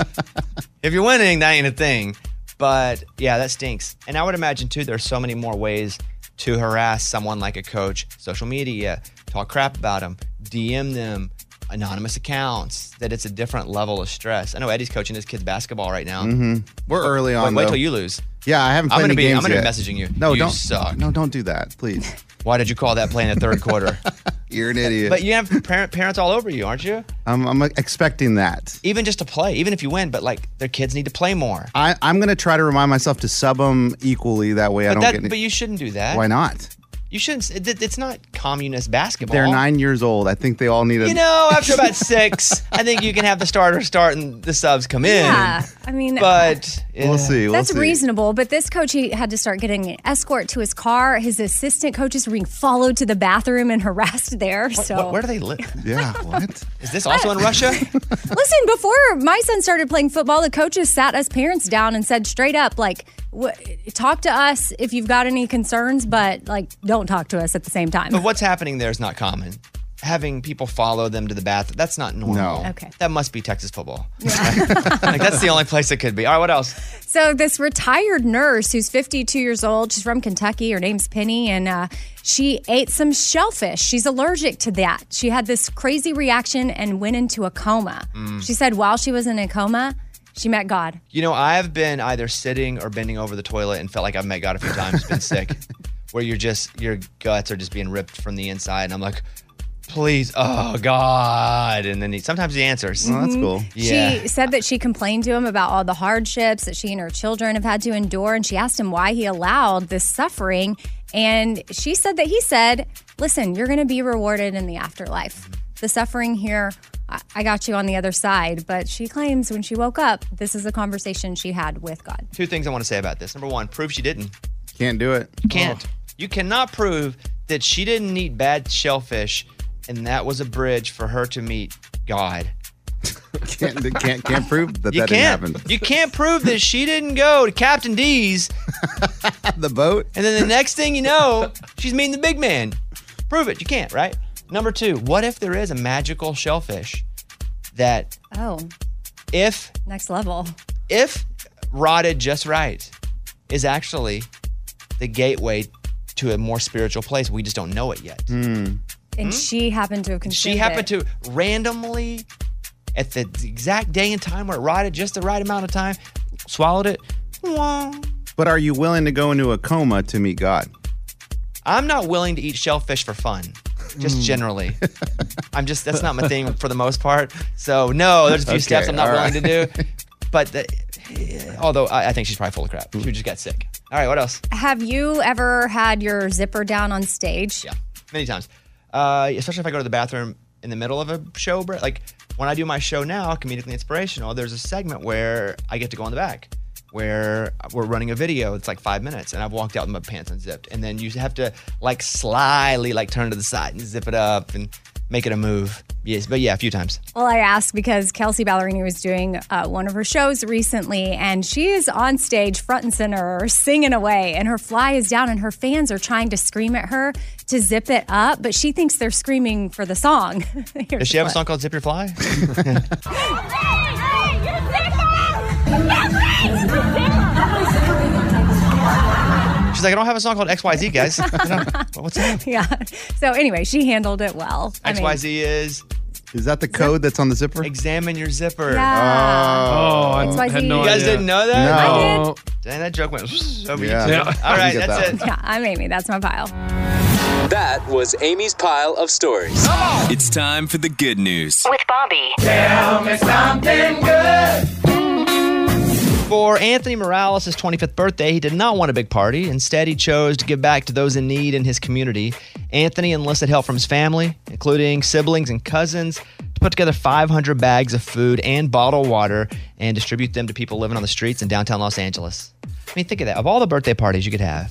if you're winning, that ain't a thing. But yeah, that stinks. And I would imagine too, there's so many more ways to harass someone like a coach. Social media, talk crap about them, DM them, anonymous accounts, that it's a different level of stress. I know Eddie's coaching his kids basketball right now.
Mhm. We're early on.
Mm-hmm. Wait, wait
though.
till you lose.
Yeah, I haven't
I'm
played
gonna
any
be-
games
I'm gonna be
yet.
messaging you.
No,
You
don't
suck.
No, don't do that, please.
(laughs) Why did you call that play in the third quarter?
You're an idiot.
But you have (laughs) parent, parents all over you, aren't you?
(laughs) I'm, I'm expecting that.
Even just to play, even if you win, but like their kids need to play more.
I, I'm gonna try to remind myself to sub them equally. That way, I
But
don't
that,
get. Any,
but you shouldn't do that.
(laughs) Why not?
You shouldn't. It, it's not communist basketball.
They're nine years old. I think they all need a.
You
(laughs)
know, after about six, I think you can have the starters start and the subs come in.
Yeah, I mean,
But yeah.
we'll see. We'll
That's
see.
reasonable, but this coach he had to start getting an escort to his car. His assistant coaches were being followed to the bathroom and (laughs) harassed there. so
What- where do they live?
(laughs) Yeah. What?
Is this also in
(laughs)
Russia?
Listen, before my son started playing football, the coaches sat us parents down and said straight up, like, w- talk to us if you've got any concerns, but like, don't talk to us at the same time.
But what's happening there is not common. Having people follow them to the bathroom, that's not normal.
No. Okay.
That must be Texas football. (laughs) like, that's the only place it could be. All right, what else?
So this retired nurse who's 52 years old, she's from Kentucky. Her name's Penny, and uh, she ate some shellfish. She's allergic to that. She had this crazy reaction and went into a coma.
Mm.
She said while she was in a coma, she met God.
You know, I've been either sitting or bending over the toilet and felt like I've met God a few times, been sick, where you're just, your guts are just being ripped from the inside. And I'm like, please, oh God. And then he, sometimes he answers.
Mhm.
Yeah.
She said that she complained to him about all the hardships that she and her children have had to endure, and she asked him why he allowed this suffering. And she said that he said, Listen, you're going to be rewarded in the afterlife. The suffering here, I-, I got you on the other side. But she claims when she woke up, this is a conversation she had with God.
Two things I want to say about this. Number one, prove she didn't.
Can't do it. Oh.
Can't. You cannot prove that she didn't eat bad shellfish and that was a bridge for her to meet God.
(laughs) can't can't can't prove that
you
that
can't.
didn't happen.
You can't prove that she didn't go to Captain D's,
(laughs) the boat,
and then the next thing you know, she's meeting the big man. Prove it. You can't, right? Number two, what if there is a magical shellfish that
Oh,
if
next level.
if rotted just right is actually the gateway to a more spiritual place? We just don't know it
Mm-hmm.
yet.
And
Hmm?
she happened to have consumed
She happened
it.
to randomly, at the exact day and time where it rotted, just the right amount of time, swallowed it. Wah.
But are you willing to go into a coma to meet God?
I'm not willing to eat shellfish for fun, just
Mm. (laughs)
generally. I'm just, that's not my thing for the most part. So, no, there's a few
Okay,
steps I'm not
all
willing
right.
to do. But, the, although I, I think she's probably full of crap. She just got sick. All right, what else?
Have you ever had your zipper down on stage? Yeah.
many times. Uh, especially if I go to the bathroom in the middle of a show, Brett. Like when I do my show now, comedically inspirational, there's a segment where I get to go in the back, where we're running a video. It's like five minutes, and I've walked out with my pants unzipped, and then you have to like slyly like turn to the side and zip it up and make it a move. Yes, but yeah, a few times.
Well, I asked because Kelsey Ballerini was doing uh, one of her shows recently, and she is on stage, front and center, singing away, and her fly is down, and her fans are trying to scream at her to zip it up, but she thinks they're screaming for the song. (laughs) Here's
Does she have a
the
song called "Zip Your Fly"? (laughs) She's like, I don't have a song called XYZ,
(laughs)
guys. I
(laughs)
don't- What's that?
Yeah. So anyway, she handled it well. I mean,
XYZ is.
Is that the code that's on the zipper?
Examine your zipper.
Yeah.
Oh, I
XYZ. had no
You guys
idea.
didn't know that?
No. I did.
Dang, that joke went (laughs) over
Yeah.
you.
Yeah.
too. All right,
You get
that's
that
it.
yeah, I'm Amy. That's my pile.
That was Amy's pile of stories. It's time for the good news.
With Bobby.
Tell me something good.
For Anthony Morales' 25th birthday, he did not want a big party. Instead, he chose to give back to those in need in his community. Anthony enlisted help from his family, including siblings and cousins, to put together 500 bags of food and bottled water and distribute them to people living on the streets in downtown Los Angeles. I mean, think of that. Of all the birthday parties you could have,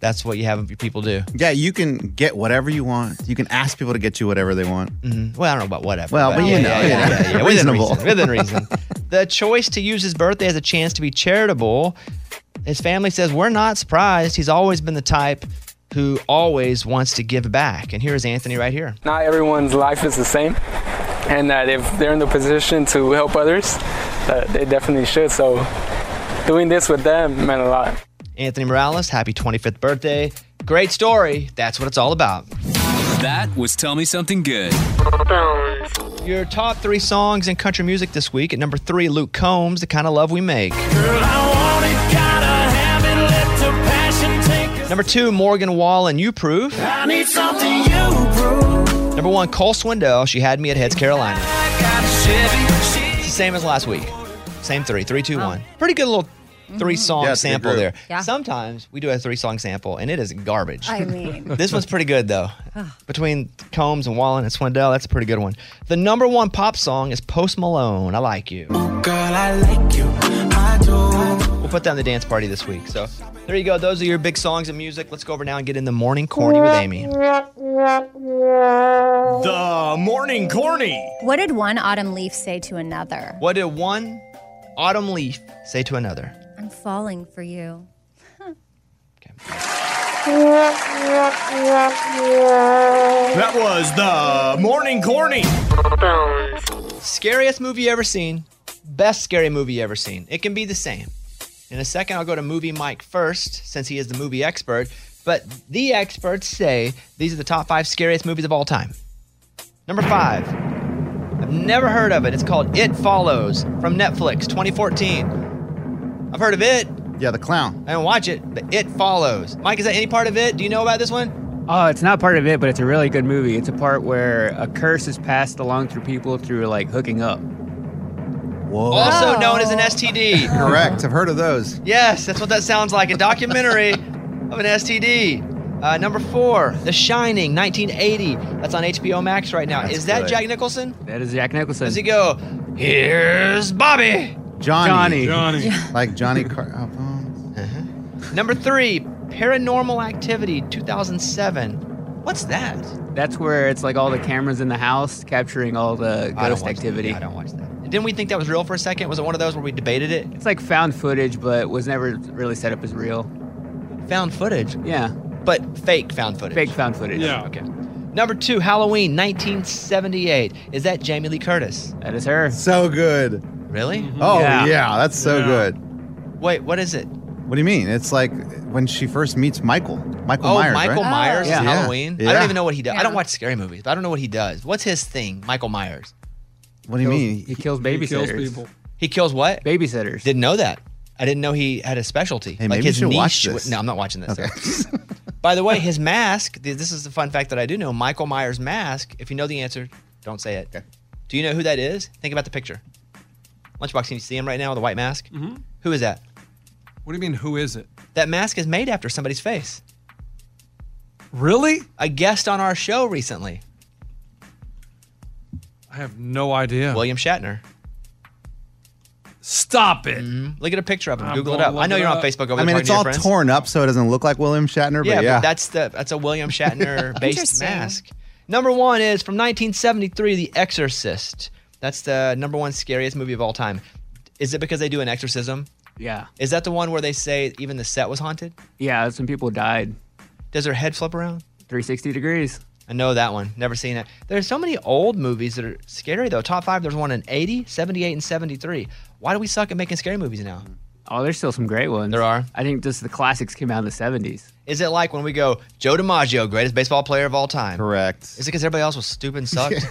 that's what you have people do.
Yeah, you can get whatever you want. You can ask people to get you whatever they want.
Mm-hmm. Well, I don't know about whatever.
Well, but, you
yeah,
know,
yeah,
you
yeah,
know.
yeah, yeah. Within
reasonable.
reason. Within reason. the choice to use his birthday as a chance to be charitable. His family says, We're not surprised. He's always been the type who always wants to give back. And here is Anthony right here.
not everyone's life is the same and that if they're in the position to help others uh, they definitely should so doing this with them meant a lot
Anthony Morales, happy 25th birthday. Great story. That's what it's all about.
That was Tell Me Something Good.
Your top three songs in country music this week. At number three, Luke Combs, The Kind of Love We Make. Number two, Morgan Wall and You Proof.
I need something you prove.
Number one, Cole Swindell, She Had Me at Heads Carolina. Same as last week. Same three, three, two,
Oh.
one. Pretty good little
Mm-hmm.
three song
Yeah, it's a good
sample
group.
there.
Yeah.
Sometimes we do a three song sample and it is garbage.
I mean,
(laughs) this one's pretty good though.
Ugh.
Between Combs and Wallen and Swindell, that's a pretty good one. The number one pop song is Post Malone, I Like You. We'll put that in the dance party this week. So there you go. Those are your big songs and music. Let's go over now and get in the morning corny with Amy. The morning corny.
what did one autumn leaf say to another?
What did one autumn leaf say to another?
I'm falling for you.
That was the morning corny.
Scariest movie you ever seen. Best scary movie you ever seen. It can be the same. In a second, I'll go to movie Mike first, since he is the movie expert. But the experts say these are the top five scariest movies of all time. Number five. I've never heard of it. It's called It Follows from Netflix 2014. I've heard of it.
Yeah, the clown.
I don't watch it, but It Follows. Mike, is that any part of it? Do you know about this one?
Oh, it's not part of it, but it's a really good movie. It's a part where a curse is passed along through people through like hooking up. Whoa.
Also known as an STD.
Oh.
Correct. I've heard of those.
Yes, that's what that sounds like. A documentary of an STD. Uh, number four, The Shining, 1980. That's on HBO Max right now.
That's
is that
good.
Jack Nicholson?
That is Jack Nicholson.
Does he go, here's Bobby?
Johnny.
Johnny.
(laughs) Like Johnny Car. oh, oh.
Number three, Paranormal Activity, 2007. What's that?
That's where it's like all the cameras in the house capturing all the
I
ghost
don't watch that.
activity.
Yeah, I don't watch that. Didn't we think that was real for a second? Was it one of those where we debated it?
It's like found footage, but was never really set up as real.
Found footage?
Yeah.
But fake found footage.
Fake found footage.
Yeah. Okay. Number two, Halloween, 1978. Is that Jamie Lee Curtis?
That is her.
So good.
Really?
Oh yeah, that's so good.
Wait, what is it?
What do you mean? It's like when she first meets Michael. Michael
oh,
Myers.
Michael
right?
Myers
Yeah.
in Halloween.
Yeah.
I don't even know what he does. I don't watch scary movies, but I don't know what he does. What's his thing, Michael Myers?
What do you mean?
He kills babysitters.
He kills what?
Babysitters.
Didn't know that. I didn't know he had a specialty. Hey,
maybe you should watch this.
No, I'm not watching this. (laughs) By the way, his mask. th- This is the fun fact that I do know. Michael Myers' mask. If you know the answer, don't say it. Do you know who that is? Think about the picture. Lunchbox, can you see him right now with a white mask?
Mhm.
Who is that?
What do you mean, who is it?
That mask is made after somebody's face.
Really?
A guest on our show recently.
I have no idea.
William Shatner.
Stop it.
Mm-hmm. Look at a picture of him.
I'm
Google it
gonna
up. I
look
know
it
you're on
up.
Facebook over there
I mean,
talking
it's
to your
all
friends.
torn up, so it doesn't look like William Shatner.
yeah,
but yeah,
but that's the that's a William
(laughs)
Shatner based
Interesting.
mask. Number one is from 1973, The Exorcist. That's the number one scariest movie of all time. Is it because they do an exorcism?
Yeah.
Is that the one where they say even the set was haunted?
Yeah, some people died.
Does her head flip around?
360 degrees.
I know that one. Never seen it. There's so many old movies that are scary though. Top five. There's one in 80, 78, and 73. Why do we suck at making scary movies now?
Oh, there's still some great ones. There
are.
I think just the classics came out in the 70s.
Is it like when we go Joe DiMaggio, greatest baseball player of all time?
Correct.
Is it because everybody else was stupid and sucked?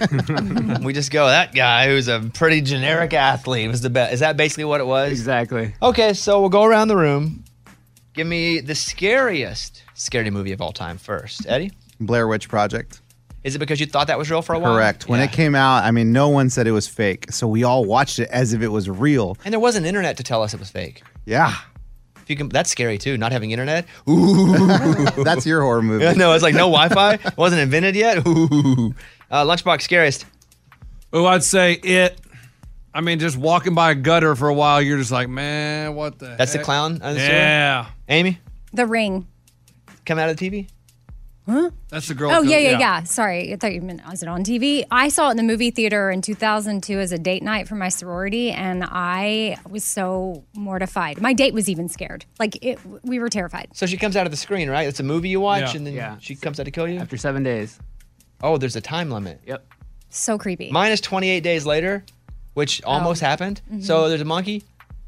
(laughs) we just go that guy who's a pretty generic athlete was the best. Is that basically what it was?
Exactly.
Okay, so we'll go around the room. Give me the scariest scary movie of all time first, Eddie.
Blair Witch Project.
Is it because you thought that was real for a while?
Correct. When it came out, I mean, no one said it was fake, so we all watched it as if it was real.
And there wasn't internet to tell us it was fake.
Yeah,
If you can, that's scary too. Not having internet. Ooh.
(laughs) that's your horror movie.
Yeah, (laughs) no, it's like no Wi-Fi. It wasn't invented yet. (laughs) Ooh. Uh, lunchbox scariest.
Oh, I'd say it. I mean, just walking by a gutter for a while, you're just like, man, what the
That's the
heck?"
clown on the story?
Yeah.
Amy,
The ring.
come out of the TV.
Huh?
That's the girl.
Oh
who-
yeah, yeah, yeah, Sorry, I thought you meant was it on TV? I saw it in the movie theater in 2002 as a date night for my sorority, and I was so mortified. My date was even scared. Like it, we were terrified.
So she comes out of the screen, right? It's a movie you watch,
Yeah.
and then
Yeah.
she comes out to kill you.
After seven days.
Oh, there's a time limit.
Yep.
So creepy. Oh.
Mine is 28 days later, which almost happened. So there's a monkey,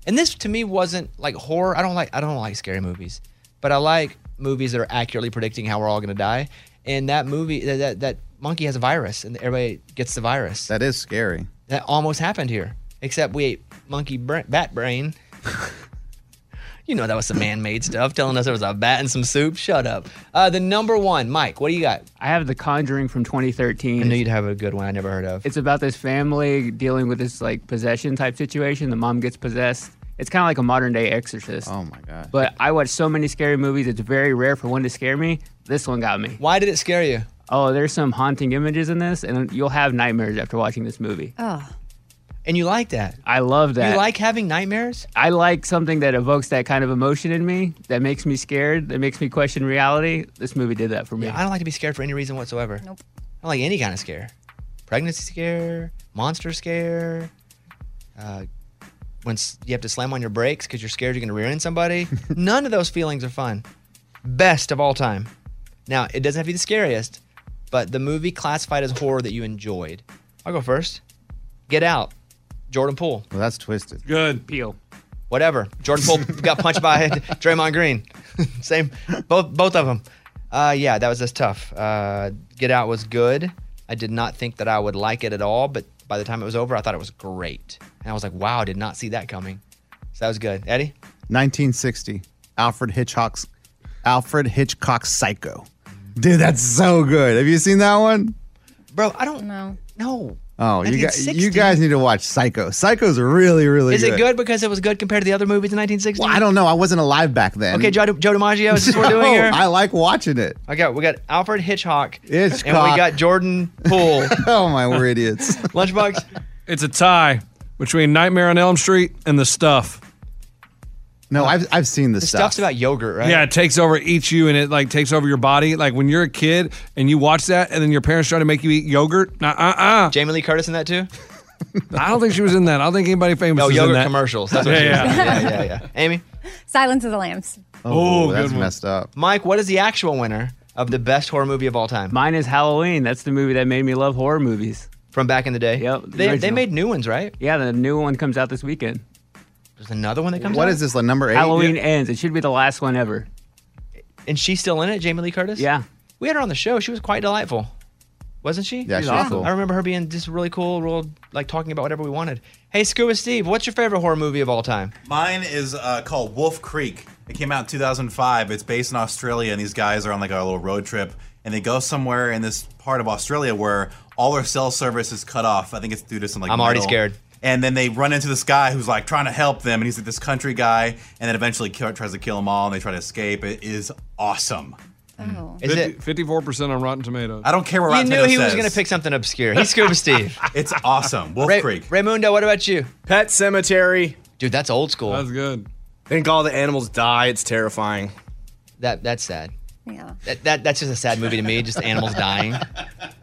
and this to me wasn't like horror. I don't like I don't like scary movies, but I like movies that are accurately predicting how we're all gonna die. and that movie that that, that monkey has a virus, and everybody gets the virus.
That is scary.
That almost happened here, except we ate monkey bra- bat
(laughs)
brain. you know that was some man-made stuff. Telling us there was a bat in some soup. Shut up. Uh, the number one, Mike. What do you got?
I have The Conjuring from 2013. I
knew you'd have a good one. I never heard of.
It's about this family dealing with this like possession type situation. The mom gets possessed. It's kind of like a modern day exorcist.
Oh my god.
But I watch so many scary movies. It's very rare for one to scare me. This one got me.
Why did it scare you?
Oh, there's some haunting images in this, and you'll have nightmares after watching this movie.
Oh.
And you like that?
I love that.
You like having nightmares?
I like something that evokes that kind of emotion in me, that makes me scared, that makes me question reality. This movie did that for me.
Yeah, I don't like to be scared for any reason whatsoever.
Nope.
I don't like any kind of scare. Pregnancy scare, monster scare, uh, when s- you have to slam on your brakes because you're scared you're going to rear end somebody. None of those feelings are fun. Best of all time. Now, it doesn't have to be the scariest, but the movie classified as horror that you enjoyed. I'll go first. Get Out, Jordan Poole.
Well, that's twisted.
Good.
Peel.
Whatever. Jordan (laughs) Poole got punched by Draymond Green. (laughs) Same. Both both of them. Uh, yeah, that was just tough. Uh, Get Out was good. I did not think that I would like it at all, but by the time it was over, I thought it was great. And I was like, wow, I did not see that coming. So that was good. Eddie?
1960. Alfred Hitchcock's Alfred Hitchcock's Psycho. Dude, that's so good. Have you seen that one?
Bro, I don't
know.
No.
Oh, you guys,
1960?
you guys need to watch Psycho. Psycho's really, really
Is
good.
it good because it was good compared to the other movies in 1960?
Well, I don't know. I wasn't alive back then.
Okay, Joe, Joe DiMaggio, is this what we're
(laughs) No,
doing here?
I like watching it.
I got we got Alfred Hitchcock,
Hitchcock.
and we got Jordan Poole.
(laughs) oh my, we're
(laughs)
idiots. (laughs)
Lunchbox.
It's a tie between Nightmare on Elm Street and The Stuff.
No, I've, I've seen this
The
stuff.
stuff's about yogurt, right?
Yeah, it takes over, eats you, and it like takes over your body. Like when you're a kid and you watch that, and then your parents try to make you eat yogurt. Nah, uh,
Jamie Lee Curtis in that too.
uh. (laughs) I don't think she was in that. I don't think anybody famous.
No
was in
yogurt
that.
commercials. That's what
Yeah,
she was.
yeah.
yeah, yeah, yeah. Amy,
Silence of the Lambs.
(laughs) oh,
Oh,
that's
good one.
messed up.
Mike, what is the actual winner of the best horror movie of all time
Mine is Halloween. That's the movie that made me love horror movies.
from back in the day?
Yep, the
They, they
original.
made new ones, right?
Yeah, the new one comes out this weekend.
There's another one that comes
What
out.
is this? Like number eight?
Halloween ends. It should be the last one ever.
And she's still in it, Jamie Lee Curtis.
Yeah.
We had her on the show. She was quite delightful, wasn't she?
Yeah, she's awful.
I remember her being just really cool, real like talking about whatever we wanted. Hey, Scuba Steve, what's your favorite horror movie of all time?
Mine is uh, called Wolf Creek. It came out in 2005. It's based in Australia, and these guys are on like a little road trip, and they go somewhere in this part of Australia where all their cell service is cut off. I think it's due to some like.
I'm already
metal.
scared.
And then they run into this guy who's like trying to help them, and he's like this country guy, and then eventually kill, tries to kill them all, and they try to escape. It is awesome.
Oh.
Is it?
54 percent on Rotten Tomatoes.
I don't care what
You
Rotten
knew
Tomatoes
he was
says.
going to pick something obscure.
(laughs)
He's
(laughs)
Scuba Steve.
It's awesome. Wolf
Ray-
Creek.
Raymundo, what about you?
Pet Cemetery.
Dude, that's old school.
That's good.
Think all the animals die. It's terrifying.
that that's sad.
Yeah.
That, that that's just a sad movie to me. Just
(laughs)
animals dying.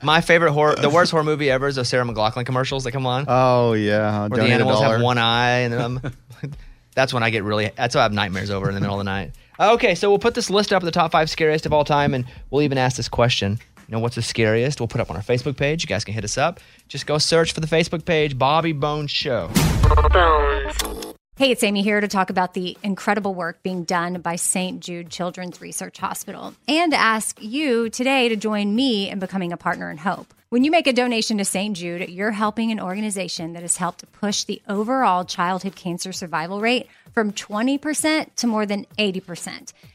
My favorite horror, the worst horror movie ever is those Sarah McLaughlin commercials that come on
Oh yeah.
where
Donate
the
a
animals have
dollar.
one eye, and um, (laughs) that's when I get really. That's what I have nightmares over in the middle of the night. Okay, so we'll put this list up the top five scariest of all time, and we'll even ask this question. You know what's the scariest? We'll put up on our Facebook page. You guys can hit us up. Just go search for the Facebook page, Bobby Bones Show.
Hey, it's Amy here to talk about the incredible work being done by St. Jude Children's Research Hospital and ask you today to join me in becoming a partner in hope. When you make a donation to St. Jude, you're helping an organization that has helped push the overall childhood cancer survival rate from 20% to more than 80%.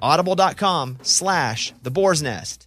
audible.com slash the boar's nest.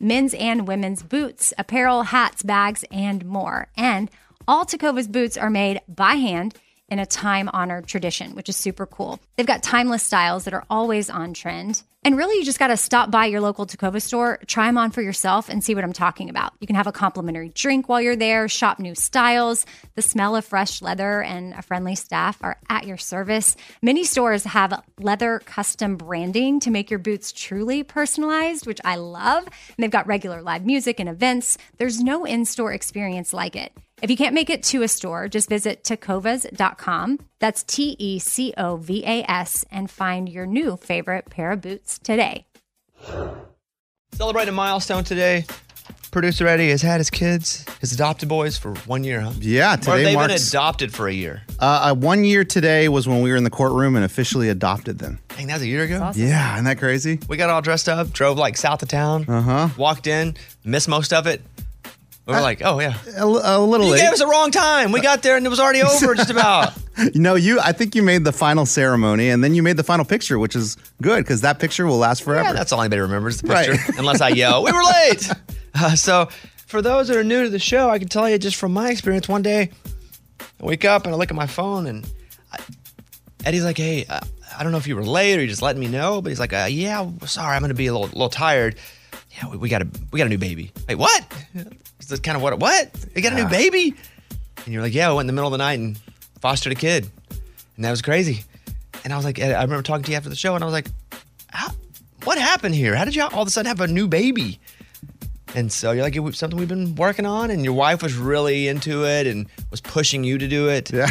men's and women's boots, apparel, hats, bags, and more. And all Takovas boots are made by hand in a time honored tradition, which is super cool. They've got timeless styles that are always on trend. And really, you just got to stop by your local Tacova store, try them on for yourself, and see what I'm talking about. You can have a complimentary drink while you're there, shop new styles. The smell of fresh leather and a friendly staff are at your service. Many stores have leather custom branding to make your boots truly personalized, which I love. And they've got regular live music and events. There's no in store experience like it. If you can't make it to a store, just visit tacovas.com. That's T E C O V A S and find your new favorite pair of boots today.
Celebrate a milestone today. Producer Eddie has had his kids, his adopted boys, for one year, huh?
Yeah,
or have
today
they
marks
been adopted for a year?
Uh, uh, one year today was when we were in the courtroom and officially adopted them.
Dang, that was a year ago.
Yeah, isn't that crazy?
We got all dressed up, drove like south of town, uh-huh. walked in, missed most of it. We were like, oh yeah,
Uh, a, li- a little
you
late.
gave us the wrong time. We got there and it was already over, just
(laughs)
about.
no, you. I think you made the final ceremony, and then you made the final picture, which is good because that picture will last forever.
Yeah, that's all anybody remembers the picture, unless
(laughs)
I yell, "We were late." Uh, so, for those that are new to the show, I can tell you just from my experience. One day, I wake up and I look at my phone, and I, Eddie's like, "Hey, I, I don't know if you were late or you just letting me know," but he's like, uh, "Yeah, sorry, I'm gonna be a little, little tired. Yeah, we, we got a we got a new baby. Wait, what? Is this kind of what? What? We got a
Yeah.
new baby?" And you're like, "Yeah, I went in the middle of the night and fostered a kid, and that was crazy." And I was like, I I remember talking to you after the show, and I was like, How, "What happened here? How did y'all all of a sudden have a new baby?" And so you're like, it was something we've been working on, and your wife was really into it and was pushing you to do it. Yeah.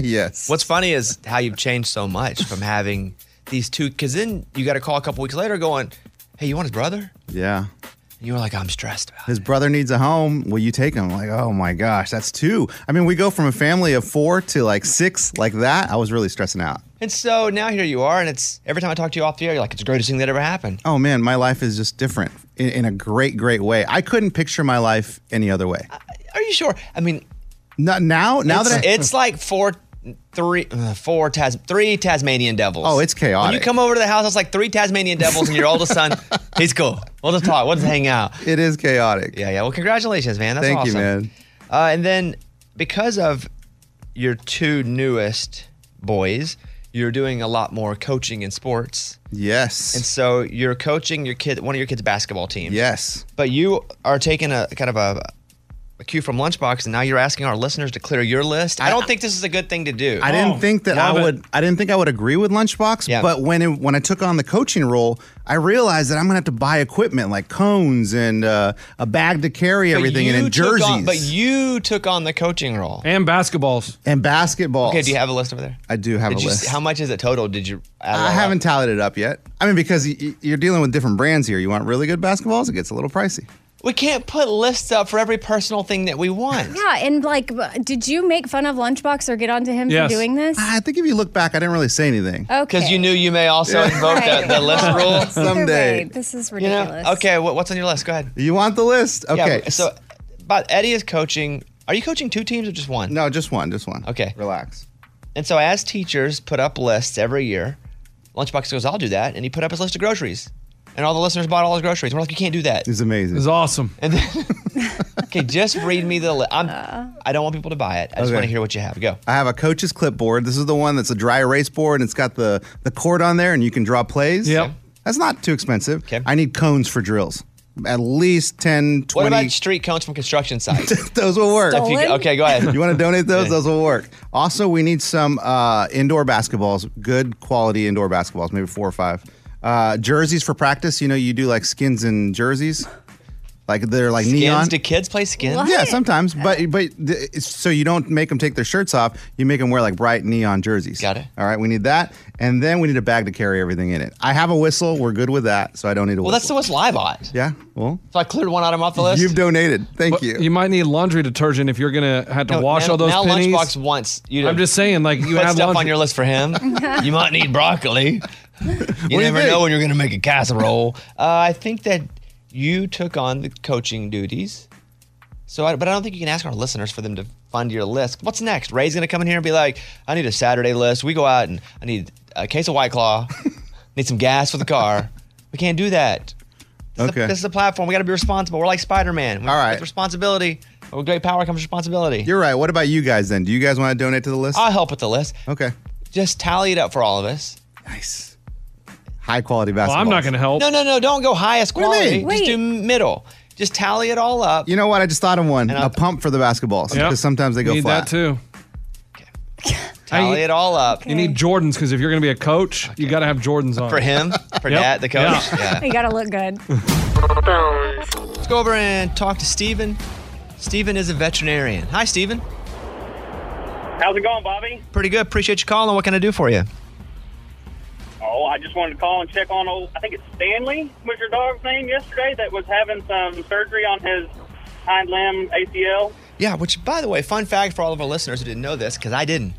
yes.
What's funny is how you've changed so much from having these two, because then you got a call a couple weeks later going, hey, you want his brother?
Yeah.
And you were like, I'm stressed.
His brother needs a home. Will you take him? Like, oh my gosh, that's two. I mean, we go from a family of four to like six, like that. I was really stressing out.
And so now here you are, and it's every time I talk to you off the air, you're like, it's the greatest thing that ever happened.
Oh man, my life is just different in, in a great, great way. I couldn't picture my life any other way.
Are you sure? I mean,
not now. Now
it's,
that I,
it's like four, three, uh, four Tas, three Tasmanian devils.
Oh, it's
When you
chaotic.
come over to the house, it's like three Tasmanian devils and
(laughs)
your oldest son. He's cool. We'll just talk. We'll just hang out.
It is chaotic.
Yeah, yeah. Well, congratulations, man. That's
Thank you,
awesome.
man.
Uh, and then because of your two newest boys, you're doing a lot more coaching in sports.
Yes.
And so you're coaching your kid, one of your kids' basketball teams.
Yes.
But you are taking a kind of a, a cue from Lunchbox, and now you're asking our listeners to clear your list. I don't think this is a good thing to do.
I didn't think that I
Oh, love it.
would. I didn't think I would agree with Lunchbox.
Yeah.
But when it, when I took on the coaching role, I realized that I'm gonna have to buy equipment like cones and uh, a bag to carry
But
everything, and
you
then
took
jerseys
on- but you took on the coaching role.
and basketballs and basketballs.
Okay, do you have a list over there?
I do have
Did
a
you-
list.
How much is it total? Did you? add it all
I
up?
haven't tallied it up yet. I mean, because y- y- you're dealing with different brands here. You want really good basketballs, it gets a little pricey.
We can't put lists up for every personal thing that we want.
Yeah, and like, w- did you make fun of Lunchbox or get onto him
Yes.
for
(laughs)
doing this?
I think if you look back, I didn't really say anything.
Okay.
Because you knew you may also
Yeah.
invoke that, the list rule
Either Someday. way,
this is
You know, okay, what, what's on your list? Go ahead.
You want the list? Okay.
Yeah, so, but Eddie is coaching. Are you coaching two teams or just one?
No, just one. Just one.
Okay.
Relax.
And so, as teachers put up lists every year, Lunchbox goes, "I'll do that," and he put up his list of groceries, and all the listeners bought all his groceries. We're like, "You can't do that."
It's amazing. It's
awesome.
And then, (laughs) okay, just read me the list. I'm. I don't want people to buy it. I just
Okay.
want to hear what you have. Go.
I have a coach's clipboard. This is the one that's a dry erase board and it's got the, the cord on there and you can draw plays. Yep. That's not too expensive. I need cones for drills. At least 10, 20.
What about street cones from construction sites?
(laughs) those will work.
If you- okay, go ahead.
(laughs) You want to donate those?
Okay.
Those will work. Also, we need some uh, indoor basketballs, good quality indoor basketballs, maybe four or five. Uh, jerseys for practice. You know, you do like skins and jerseys, like they're like
skins?
neon.
Do kids play skins?
Yeah, sometimes, but but th- it's- so you don't make them take their shirts off. You make them wear like bright neon jerseys. Got it. All right, we need that, and then we need a bag to carry everything in it. I have a whistle. We're good with that, so I don't need a
Well, that's
whistle.
the whistle I bought.
yeah. Well,
So I cleared one item off the list.
you've donated. Thank you.
You might need laundry detergent if you're gonna have to
No,
wash
now-
all those
now
pennies.
Lunchbox wants you to
I'm just saying, like you
put
have
stuff
laundry.
on your list for him. you might need broccoli. You
you
never
think?
know when you're going to make a casserole. uh, I think that you took on the coaching duties. So, I, but I don't think you can ask our listeners for them to fund your list. What's next? Ray's going to come in here and be like, "I need a Saturday list. We go out and I need a case of
(laughs)
White Claw. need some gas for the car. We can't do that. This Is
Okay.
a, this is a platform. We got to be responsible. We're like Spider Man. All right. With responsibility. With great power comes responsibility.
You're right. What about you guys then? Do you guys want to donate to the list?
I'll help with the list.
Okay.
Just tally it up for all of us.
Nice. High quality
Well,
basketball.
I'm not gonna help.
No, no, no. Don't go highest
What do you
quality.
mean?
Just do middle. Just tally it all up.
You know what? I just thought of one. A pump for the basketballs
Yep.
because sometimes they go
Need
flat.
that too.
Tally it all up.
You need Jordans because if you're gonna be a coach, you got to have Jordans on
For him? For Dad, the coach? Yeah.
You gotta
(laughs)
look good.
Let's go over and talk to Steven. Steven is a veterinarian. Hi, Steven.
How's it going, Bobby?
Pretty good. Appreciate you calling. What can I do for you?
Oh, I just wanted to call and check on old. I think it's Stanley was your dog's name yesterday that was having some surgery on his hind limb ACL.
Yeah, which, by the way, fun fact for all of our listeners who didn't know this, because I didn't.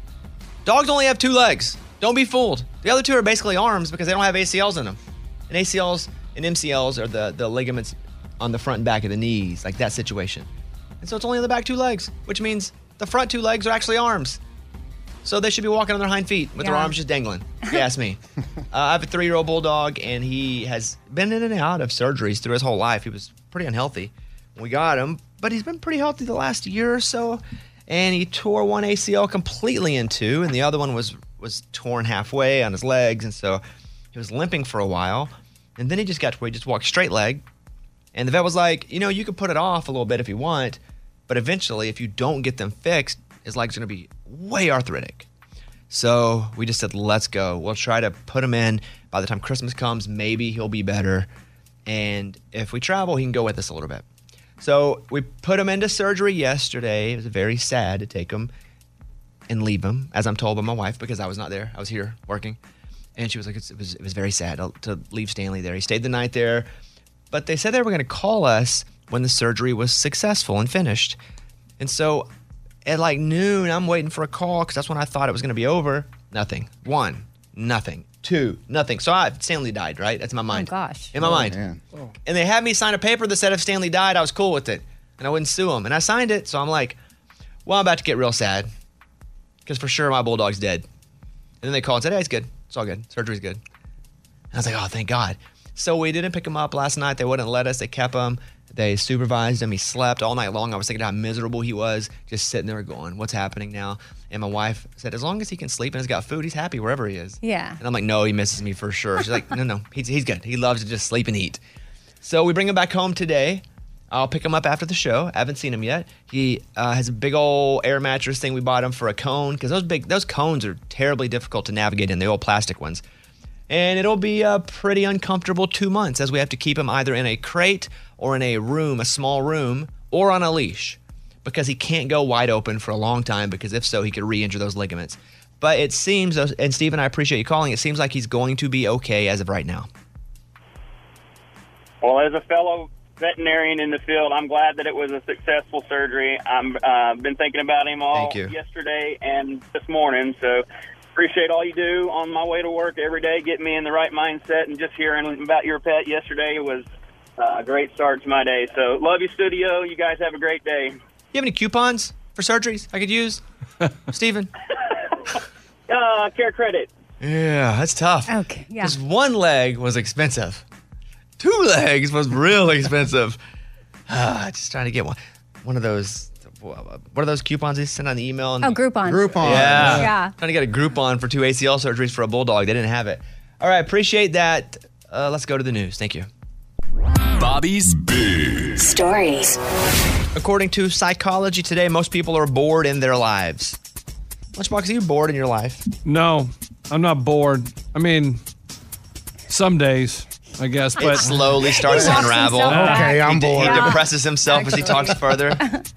Dogs only have two legs. Don't be fooled. The other two are basically arms because they don't have ACLs in them. And ACLs and MCLs are the, the ligaments on the front and back of the knees, like that situation. And so it's only on the back two legs, which means the front two legs are actually arms. So they should be walking on their hind feet with their
Yeah.
arms just dangling. If you ask me. uh, I have a three year old bulldog, and he has been in and out of surgeries through his whole life. He was pretty unhealthy when we got him, but he's been pretty healthy the last year or so. And he tore one ACL completely in two, and the other one was was torn halfway on his legs, and so he was limping for a while. And then he just got to where he just walked straight leg. And the vet was like, you know, you could put it off a little bit if you want, but eventually, if you don't get them fixed, his leg's gonna be way arthritic. So we just said, let's go. We'll try to put him in. By the time Christmas comes, maybe he'll be better. And if we travel, he can go with us a little bit. So we put him into surgery yesterday. It was very sad to take him and leave him, as I'm told by my wife, because I was not there. I was here working. And she was like, it's, it, was, it was very sad to, to leave Stanley there. He stayed the night there. But they said they were going to call us when the surgery was successful and finished. And so at like noon, I'm waiting for a call because that's when I thought it was going to be over. Nothing. One, nothing. Two, nothing. So I Stanley died, right? That's in my mind.
gosh.
In my
Oh,
mind.
man.
And they had me sign a paper that said if Stanley died, I was cool with it and I wouldn't sue him. And I signed it. So I'm like, well, I'm about to get real sad because for sure my bulldog's dead. And then they called and said, hey, it's good. It's all good. Surgery's good. And I was like, oh, thank God. So we didn't pick him up last night. They wouldn't let us. They kept him. They supervised him. He slept all night long. I was thinking how miserable he was, just sitting there going, what's happening now? And my wife said, as long as he can sleep and has got food, he's happy wherever he is.
Yeah.
And I'm like, no, he misses me for sure. She's like, no, no, he's, he's good. He loves to just sleep and eat. So we bring him back home today. I'll pick him up after the show. I haven't seen him yet. He uh, has a big old air mattress thing. We bought him for a cone because those big those cones are terribly difficult to navigate in the old plastic ones. And it'll be a pretty uncomfortable two months as we have to keep him either in a crate or in a room, a small room, or on a leash because he can't go wide open for a long time because if so, he could re injure those ligaments. But it seems, and Steven, I appreciate you calling, it seems like he's going to be okay as of right now.
Well, as a fellow veterinarian in the field. I'm glad that it was a successful surgery. I've uh, been thinking about him all
Thank you.
yesterday and this morning. So appreciate all you do on my way to work every day, getting me in the right mindset. And just hearing about your pet yesterday was uh, a great start to my day. So love you, studio. You guys have a great day.
You have any coupons for surgeries I could use, Steven?
Uh, care credit.
Yeah, that's tough.
Okay. Yeah.
Because one leg was expensive. Two legs was real expensive. (sighs) Ah, just trying to get one. One of those. What are those coupons they send on the email? And
Oh, Groupon.
Groupon. Yeah.
Yeah.
Trying to get a Groupon for two ACL surgeries for a bulldog. They didn't have it. All right. Appreciate that. Uh, let's go to the news. Thank you. Bobby's big
Stories.
According to psychology today, most people are bored in their lives. Lunchbox, are you bored in your life?
No, I'm not bored. I mean, some days, I guess,
It
but
slowly starts to unravel. He d- He depresses himself as he talks further.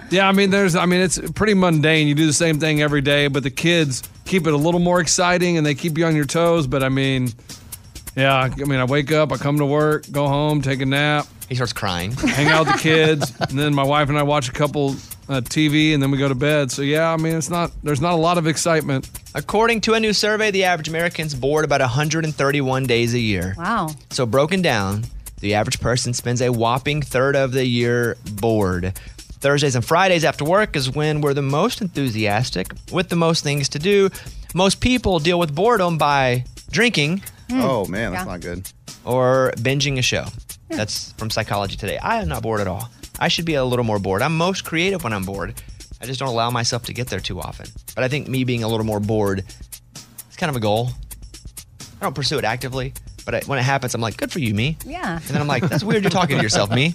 Yeah, I mean, there's, I mean, it's pretty mundane. You do the same thing every day, but the kids keep it a little more exciting and they keep you on your toes. But I mean, yeah, I mean, I wake up, I come to work, go home, take a nap.
He starts
(laughs)
crying.
Hang out with the
(laughs)
kids, and then my wife and I watch a couple uh, TV, and then we go to bed. So yeah, I mean, it's not there's not a lot of excitement.
According to a new survey, the average American's bored about 131 days a year.
Wow.
So, broken down, the average person spends a whopping third of the year bored. Thursdays and Fridays after work is when we're the most enthusiastic with the most things to do. Most people deal with boredom by drinking.
Mm. Oh, man, that's Yeah. not good.
Or binging a show. That's from Psychology Today. I am not bored at all. I should be a little more bored. I'm most creative when I'm bored. I just don't allow myself to get there too often. But I think me being a little more bored it's kind of a goal. I don't pursue it actively, but I, when it happens, I'm like, good for you, me.
Yeah.
And then I'm like, that's weird you're talking to yourself, me.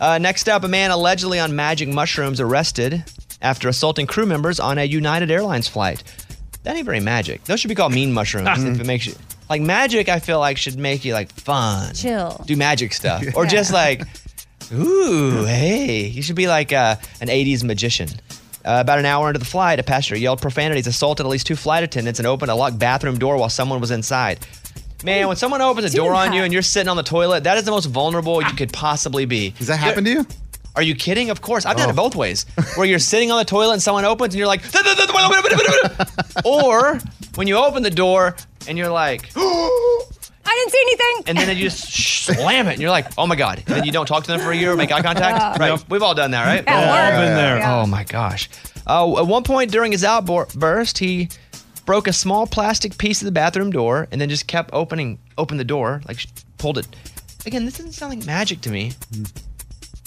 Uh, next up, a man allegedly on magic mushrooms arrested after assaulting crew members on a United Airlines flight. That ain't very magic. Those should be called mean mushrooms if it makes you. Like magic, I feel like should make you like fun,
Chill.
do magic
(laughs)
stuff, or just like, ooh, hey, you should be like uh, an '80s magician. Uh, about an hour into the flight, a passenger yelled profanities, assaulted at least two flight attendants, and opened a locked bathroom door while someone was inside. Man, when someone opens a
Do
door on
that.
you and you're sitting on the toilet, that is the most vulnerable you could possibly be. Does that happen to you? Oh. Are you kidding? Of course. I've done it both ways. Where you're sitting on the toilet and someone opens and you're like, (laughs) "Th- th- th- wait, wait, wait, wait, wait, wait." or when you open the door and you're like,
(gasps) I didn't see anything.
and then you just slam it and you're like, oh my God. And then you don't talk to them for a year or make eye contact. Right. We've all done that, right?
Yeah, All
work. been there. Yeah.
Oh my gosh. Uh, at one point during his outburst, he broke a small plastic piece of the bathroom door and then just kept opening opened the door, like pulled it. Again, this doesn't sound like magic to me.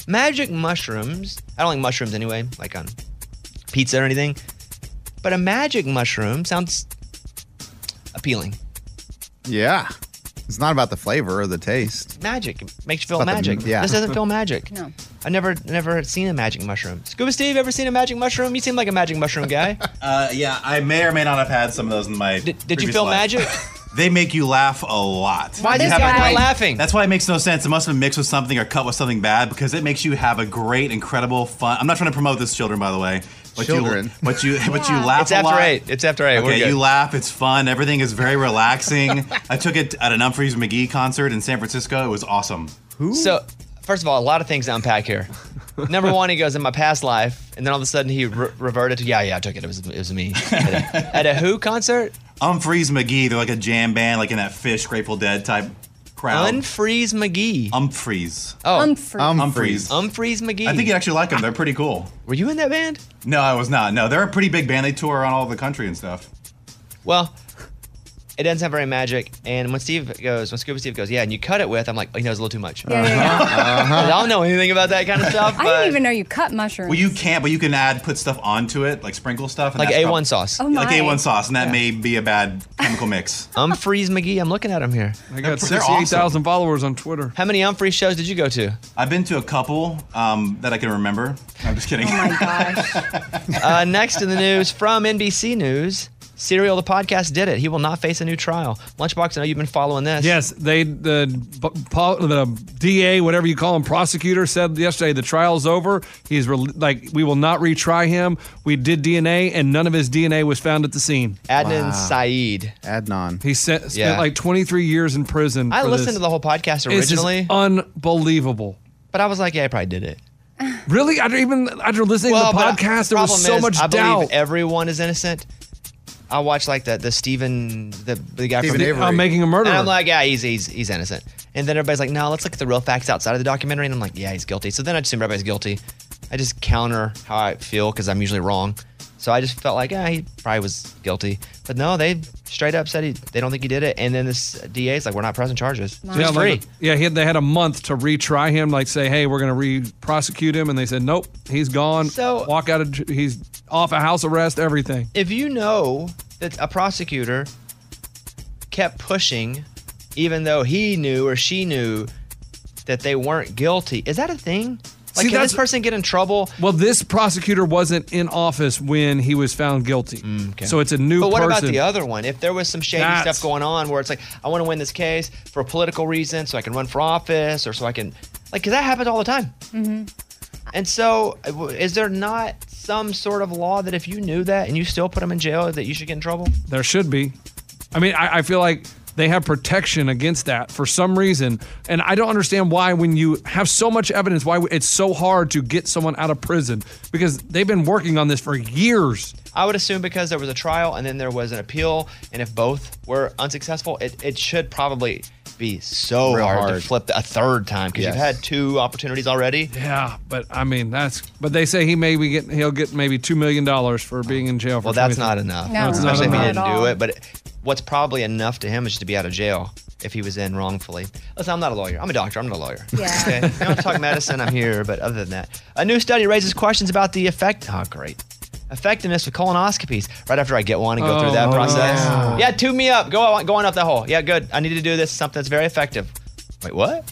Magic mushrooms. I don't like mushrooms anyway, like on pizza or anything. But a magic mushroom sounds appealing.
Yeah. It's not about the flavor or the taste.
Magic It makes you feel
About the-
magic.
yeah.
This doesn't
(laughs)
feel magic.
No.
I never never seen a magic mushroom. Scuba Steve, ever seen a magic mushroom? You seem like a magic mushroom guy.
Uh, yeah, I may or may not have had some of those in my. Did,
did you feel magic?
(laughs) they make you laugh a lot.
Why did This you have a guy- great- laughing?
That's why it makes no sense. It must have been mixed with something or cut with something bad because it makes you have a great, incredible, fun. I'm not trying to promote this, children, by the way. But
Children.
You, (laughs) (laughs)
(laughs)
but you, but you laugh.
It's
a
after
lot.
eight. It's after eight. We're
Okay,
good.
you laugh. It's fun. Everything is
(laughs)
very relaxing. I took it at an Humphreys McGee concert in San Francisco. It was awesome.
So, first of all, a lot of things to unpack
(laughs)
here. Number one, he goes in my past life, and then all of a sudden he re- reverted to yeah, yeah, I took it. It was it was
(laughs)
me at a, at a Who concert.
Humphreys Um, McGee. They're like a jam band, like in that Fish, Grateful Dead type crowd.
Humphreys McGee.
Humphreys.
Oh,
Humphreys.
Humphreys.
Humphreys McGee.
I think you actually like them. They're pretty cool.
Were you in that band?
No, I was not. No, they're a pretty big band. They tour around all over the country and stuff.
Well, it doesn't sound very magic. And when Steve goes, when Scuba Steve goes, yeah, and you cut it with, I'm like, oh, he knows a little too much.
Yeah, yeah,
(laughs) I don't know anything about that kind of stuff.
(laughs) I didn't even know you cut mushrooms.
Well, you can't, but you can add put stuff onto it, like sprinkle stuff, and
Like
that's
A1
prob-
sauce.
Oh
Yeah, like
my.
A1 sauce, and that may be a bad chemical mix.
Humphreys McGee. I'm looking at him here.
I
They're
got
awesome.
sixty-eight thousand followers on Twitter.
How many Humphreys shows did you go to?
I've been to a couple um, (laughs) that I can remember. I'm just kidding. (laughs)
uh, next in the news from NBC News, Serial the podcast did it. He will not face a new trial. Lunchbox, I know you've been following this.
Yes, they the b- po- the DA, whatever you call him, prosecutor said yesterday the trial's over. He's re- like we will not retry him. We did DNA, and none of his DNA was found at the scene.
Adnan Wow. Saeed.
Adnan.
He sent, spent
Yeah.
like 23 years in prison.
I
for
listened
this.
to the whole podcast
This is
originally.
unbelievable.
But I was like, yeah, I probably did it.
Really? After even after listening
Well,
to the
but uh,
podcast, there
problem
was so
is,
much
I
doubt.
believe everyone is innocent. I watched like the the Stephen the, the guy
Stephen
from
Avery. Oh, Making a Murderer.
And I'm like, yeah, he's, he's he's innocent. And then everybody's like, no, let's look at the real facts outside of the documentary. And I'm like, yeah, he's guilty. So then I assume everybody's guilty. I just counter how I feel because I'm usually wrong. So I just felt like, yeah, he probably was guilty. But no, they straight up said he, they don't think he did it. And then this DA is like, we're not pressing charges. So
yeah,
he's
like-
free.
yeah, he had, they had a month to retry him, like say, hey, we're going to re-prosecute him, and they said, nope, he's gone. So walk out of, j- he's off a house arrest, everything.
if you know that a prosecutor kept pushing, even though he knew or she knew that they weren't guilty, is that a thing? Like,
See,
can
that's-
this person get in trouble?
Well, this prosecutor wasn't in office when he was found guilty, so it's a new.
Mm, But what about
person.
the other one? If there was some shady
That's-
stuff going on, where it's like, I want to win this case for a political reason, so I can run for office, or so I can, like, because that happens all the time.
Mm-hmm.
And so, is there not some sort of law that if you knew that and you still put them in jail, that you should get in trouble?
There should be. I mean, I, I feel like they have protection against that for some reason, and I don't understand why. When you have so much evidence, why it's so hard to get someone out of prison because they've been working on this for years.
I would assume because there was a trial and then there was an appeal, and if both were unsuccessful, it, it should probably be so
Real
hard,
hard.
to flip a third time because you've
Yes.
had two opportunities already.
Yeah, but I mean that's. But they say he maybe get he'll get maybe two million dollars for being in jail. For
Well, that's
23.
not enough.
it's not
especially if
enough.
he didn't do it. But what's probably enough to him is to be out of jail if he was in wrongfully. Listen, I'm not a lawyer. I'm a doctor. I'm not a lawyer. Yeah. Okay. If you want to talk medicine, I'm here. But other than that, a new study raises questions about the effect. Oh, great. Effectiveness of colonoscopies. Right after I get one and go through that
Oh,
process.
no.
Yeah, tube me up. Go on, go on up that hole. Yeah, good. I need to do this. Something that's very effective. Wait, what?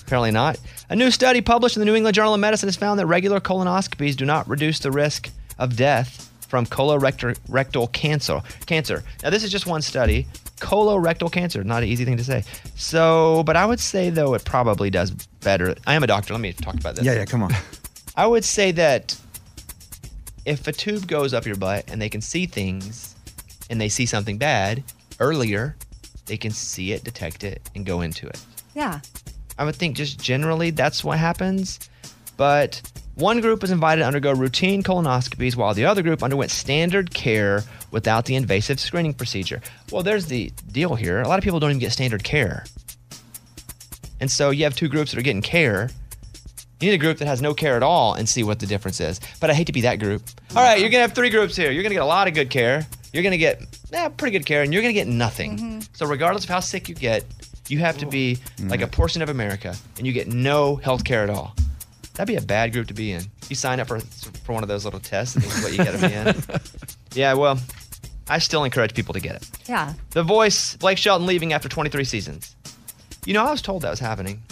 Apparently not. A new study published in the New England Journal of Medicine has found that regular colonoscopies do not reduce the risk of death from colorectal rectal cancer. Cancer. Now, this is just one study. Colorectal cancer, not an easy thing to say. So, but I would say though it probably does better. I am a doctor. Let me talk about this.
Yeah, yeah, come on.
I would say that if a tube goes up your butt and they can see things and they see something bad earlier, they can see it, detect it, and go into it.
Yeah.
I would think just generally that's what happens. But one group was invited to undergo routine colonoscopies while the other group underwent standard care without the invasive screening procedure. Well, there's the deal here. A lot of people don't even get standard care. And so you have two groups that are getting care. You need a group that has no care at all and see what the difference is. But I hate to be that group. All right, you're going to have three groups here. You're going to get a lot of good care. You're going to get eh, pretty good care, and you're going to get nothing. So, regardless of how sick you get, you have to be like a portion of America and you get no health care at all. That'd be a bad group to be in. You sign up for, for one of those little tests, and this is what you get to be in. Yeah, well, I still encourage people to get it.
Yeah.
The Voice, Blake Shelton leaving after 23 seasons. You know, I was told that was happening.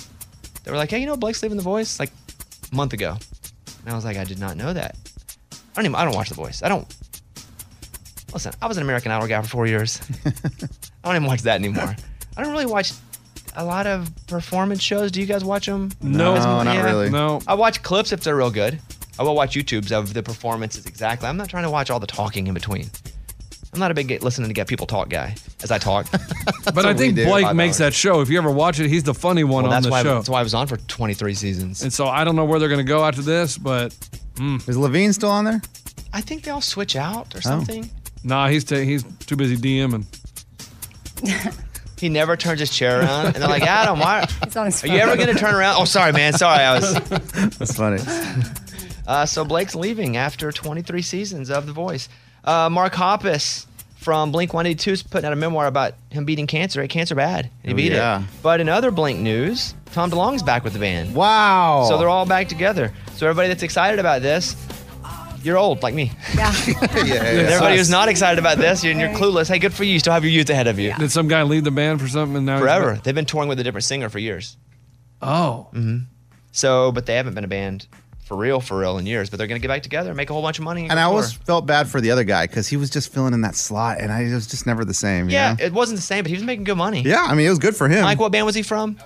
They were like, hey, you know, Blake's leaving The Voice like a month ago. And I was like, I did not know that. I don't even, I don't watch The Voice. I don't, listen, I was an American Idol guy for
(laughs)
four years. I don't even watch that anymore. I don't really watch a lot of performance shows. Do you guys watch them?
No, No, not really. No.
I watch clips if they're real good. I will watch YouTubes of the performances exactly. I'm not trying to watch all the talking in between. I'm not a big get, listening to get people talk guy as I talk.
(laughs) But I think Blake makes that show. If you ever watch it, he's the funny one
Well,
on
that's
the
why-
show.
that's why I was on for 23 seasons.
And so I don't know where they're going to go after this, but hmm.
is Levine still on there?
I think they all switch
Oh.
out or something.
Nah, he's ta- he's too busy DMing.
He never turns his chair around, and they're like, Adam,
(laughs)
why?
It's on his
Are you ever going to turn around? Oh, sorry, man. Sorry, I was.
(laughs) That's funny.
Uh, so Blake's leaving after 23 seasons of The Voice. Uh, Mark Hoppus from Blink 182 is putting out a memoir about him beating cancer. Hey, cancer bad. He
Oh,
beat
yeah.
it. But in other Blink news, Tom DeLonge's back with the band.
Wow.
So they're all back together. So everybody that's excited about this, you're old like me. (laughs)
yeah,
And everybody who's not excited about this, you're, you're clueless. Hey, good for you. You still have your youth ahead of you.
Did some guy leave the band for something? And now he's
Forever.
back?
They've been touring with a different singer for years.
Oh,
hmm So, but they haven't been a band for real, for real in years. But they're going to get back together and make a whole bunch of money.
And
go
I
tour.
always felt bad for the other guy because he was just filling in that slot, and I it was just never the same. you
Yeah,
know?
it wasn't the same, but he was making good money.
Yeah, I mean, it was good for him.
Like, what band was he from?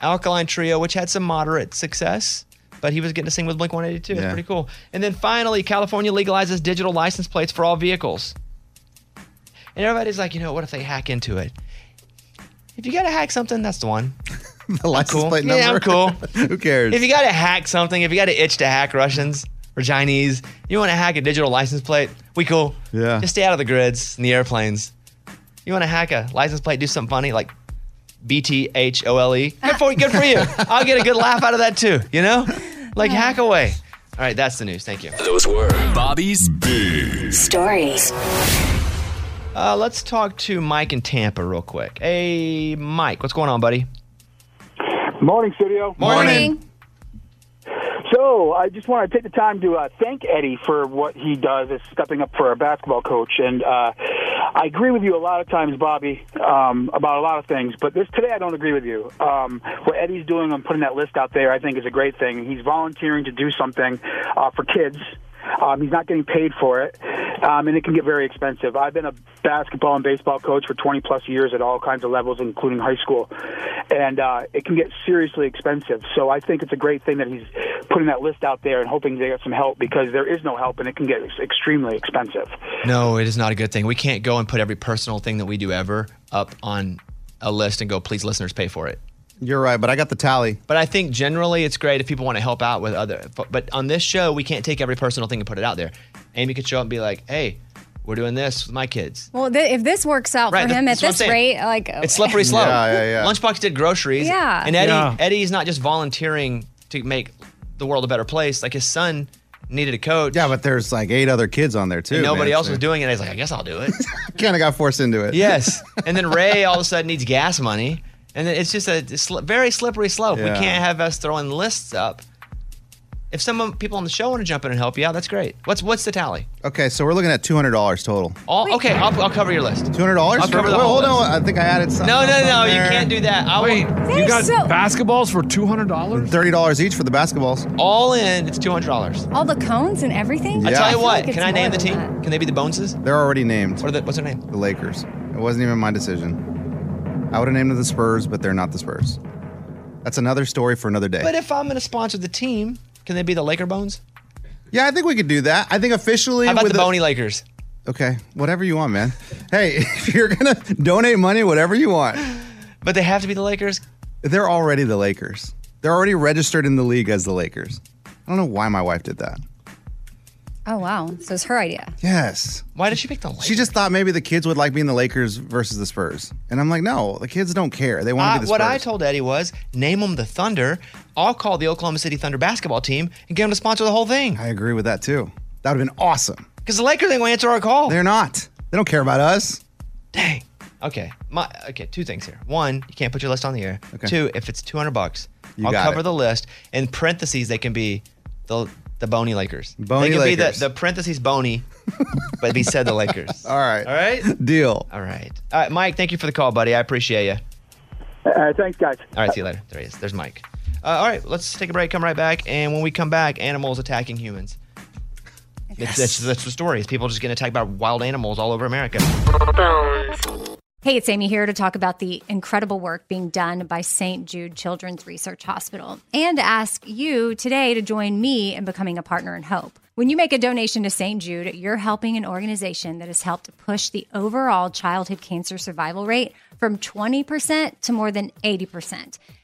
Alkaline Trio. which had some moderate success, but he was getting to sing with Blink 182. It's
Yeah.
pretty cool. And then finally, California legalizes digital license plates for all vehicles. And everybody's like, you know, what if they hack into it? If you got to hack something, that's the one.
(laughs) the license plate number.
Yeah, I'm cool.
(laughs) Who cares?
If you got to hack something, if you got to itch to hack Russians or Chinese, you want to hack a digital license plate, we cool.
Yeah.
Just stay out of the grids and the airplanes. You want to hack a license plate, do something funny like B T H O L E. Good for good
(laughs)
for you. I'll get a good laugh out of that too. You know, like hack away. All right, that's the news. Thank you.
Those were Bobby's Big
Stories.
Uh, let's talk to Mike in Tampa real quick. Hey, Mike, what's going on, buddy?
Morning, studio.
Morning.
So I just want to take the time to uh, thank Eddie for what he does as stepping up for a basketball coach. And uh, I agree with you a lot of times, Bobby, um, about a lot of things. But this today, I don't agree with you. Um, what Eddie's doing on putting that list out there, I think, is a great thing. He's volunteering to do something uh, for kids. Um, he's not getting paid for it, um, and it can get very expensive. I've been a basketball and baseball coach for 20 plus years at all kinds of levels, including high school, and uh, it can get seriously expensive. So I think it's a great thing that he's putting that list out there and hoping they get some help because there is no help, and it can get ex- extremely expensive.
No, it is not a good thing. We can't go and put every personal thing that we do ever up on a list and go, please, listeners, pay for it.
You're right, but I got the tally.
But I think generally it's great if people want to help out with other. But on this show, we can't take every personal thing and put it out there. Amy could show up and be like, hey, we're doing this with my kids.
Well, th- if this works out
Right,
for him at
that's what I'm
this
saying.
rate, like
It's slippery slope.
Yeah, yeah, yeah.
Lunchbox did groceries.
Oh. Yeah.
And Eddie,
Yeah.
Eddie's not just volunteering to make the world a better place. Like his son needed a coach.
Yeah, but there's like eight other kids on there too.
and nobody
man,
else
so-
was doing it. He's like, I guess I'll do it.
Kind of got forced into it.
yes. And then Ray all of a sudden needs gas money. And then it's just a sli- very slippery slope.
Yeah.
We can't have us throwing lists up. If some people on the show want to jump in and help you out, that's great. What's what's the tally?
(laughs) Okay, so we're looking at two hundred dollars total.
All, okay, I'll, I'll cover your list.
Two hundred dollars.
I'll cover the whole
Hold on,
list.
I think I added something.
No, no,
else
no,
on
you
there.
can't do that. I Wait,
you got so-
basketballs for two hundred dollars?
Thirty dollars each for the basketballs.
All in, it's two hundred dollars.
all the cones and everything.
I tell you
feel
what,
like it's
can I name
more
the
than
team?
that.
Can they be the Boneses?
They're already named.
What are the, what's their name?
The Lakers. It wasn't even my decision. I would have named them the Spurs, but they're not the Spurs. That's another story for another day.
But if I'm going to sponsor the team, can they be the Laker Bones?
yeah, I think we could do that. I think officially
How about
with
the Boney Lakers?
Okay, whatever you want, man. Hey, (laughs) if you're gonna donate money, whatever you want.
But they have to be the Lakers.
They're already the Lakers. They're already registered in the league as the Lakers. I don't know why my wife did that.
Oh wow, so it's her idea.
Yes.
Why did she pick the Lakers?
She just thought maybe the kids would like being the Lakers versus the Spurs, and I'm like, no, the kids don't care. They want to
Uh,
be the Spurs.
what I told Eddie was name them the Thunder. I'll call the Oklahoma City Thunder basketball team and get them to sponsor the whole thing.
I agree with that too. That would have been awesome.
Because the Lakers ain't gonna answer our call.
They're not. They don't care about us.
Okay. My okay. Two things here. One, you can't put your list on the air.
Okay.
Two, if it's two hundred bucks,
You
I'll
got
cover
it.
the list. In parentheses, they can be the the bony Lakers.
Boney
they can
Lakers.
be the, the parentheses bony, but be said the Lakers.
(laughs) All right.
All right.
Deal.
All right. All right, Mike. Thank you for the call, buddy. I appreciate you.
Uh, thanks, guys.
All right. See you later. There he is. There's Mike. Uh, all right. Let's take a break. Come right back. And when we come back, animals attacking humans. That's, that's, that's the story. Is people just getting attacked by wild animals all over America.
Hey, it's Amy here to talk about the incredible work being done by St. Jude Children's Research Hospital and ask you today to join me in becoming a partner in hope. When you make a donation to St. Jude, you're helping an organization that has helped push the overall childhood cancer survival rate from 20% to more than 80%.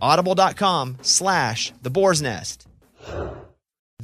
audible.com slash the boar's nest.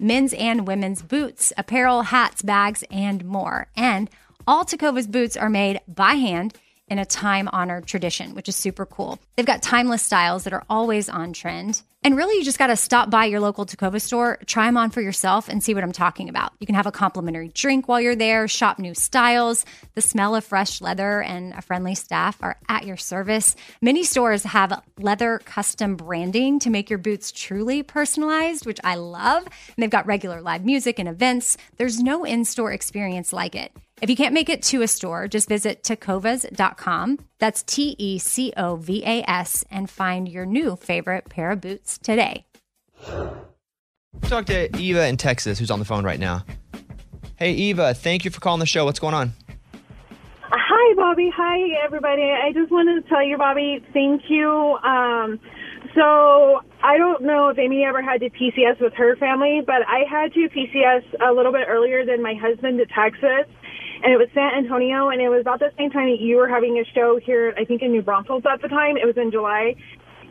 men's and women's boots, apparel, hats, bags, and more. And all Takovas boots are made by hand in a time honored tradition, which is super cool. They've got timeless styles that are always on trend. And really, you just got to stop by your local Tacova store, try them on for yourself, and see what I'm talking about. You can have a complimentary drink while you're there, shop new styles. The smell of fresh leather and a friendly staff are at your service. Many stores have leather custom branding to make your boots truly personalized, which I love. And they've got regular live music and events. There's no in store experience like it. If you can't make it to a store, just visit tecovas.com. That's T E C O V A S and find your new favorite pair of boots today.
Talk to Eva in Texas, who's on the phone right now. Hey, Eva, thank you for calling the show. What's going on?
Uh, Hi, Bobby. Hi, everybody. I just wanted to tell you, Bobby, thank you. Um, so I don't know if Amy ever had to PCS with her family, but I had to PCS a little bit earlier than my husband to Texas and it was San Antonio, and it was about the same time that you were having a show here, I think in New Braunfels at the time. It was in July.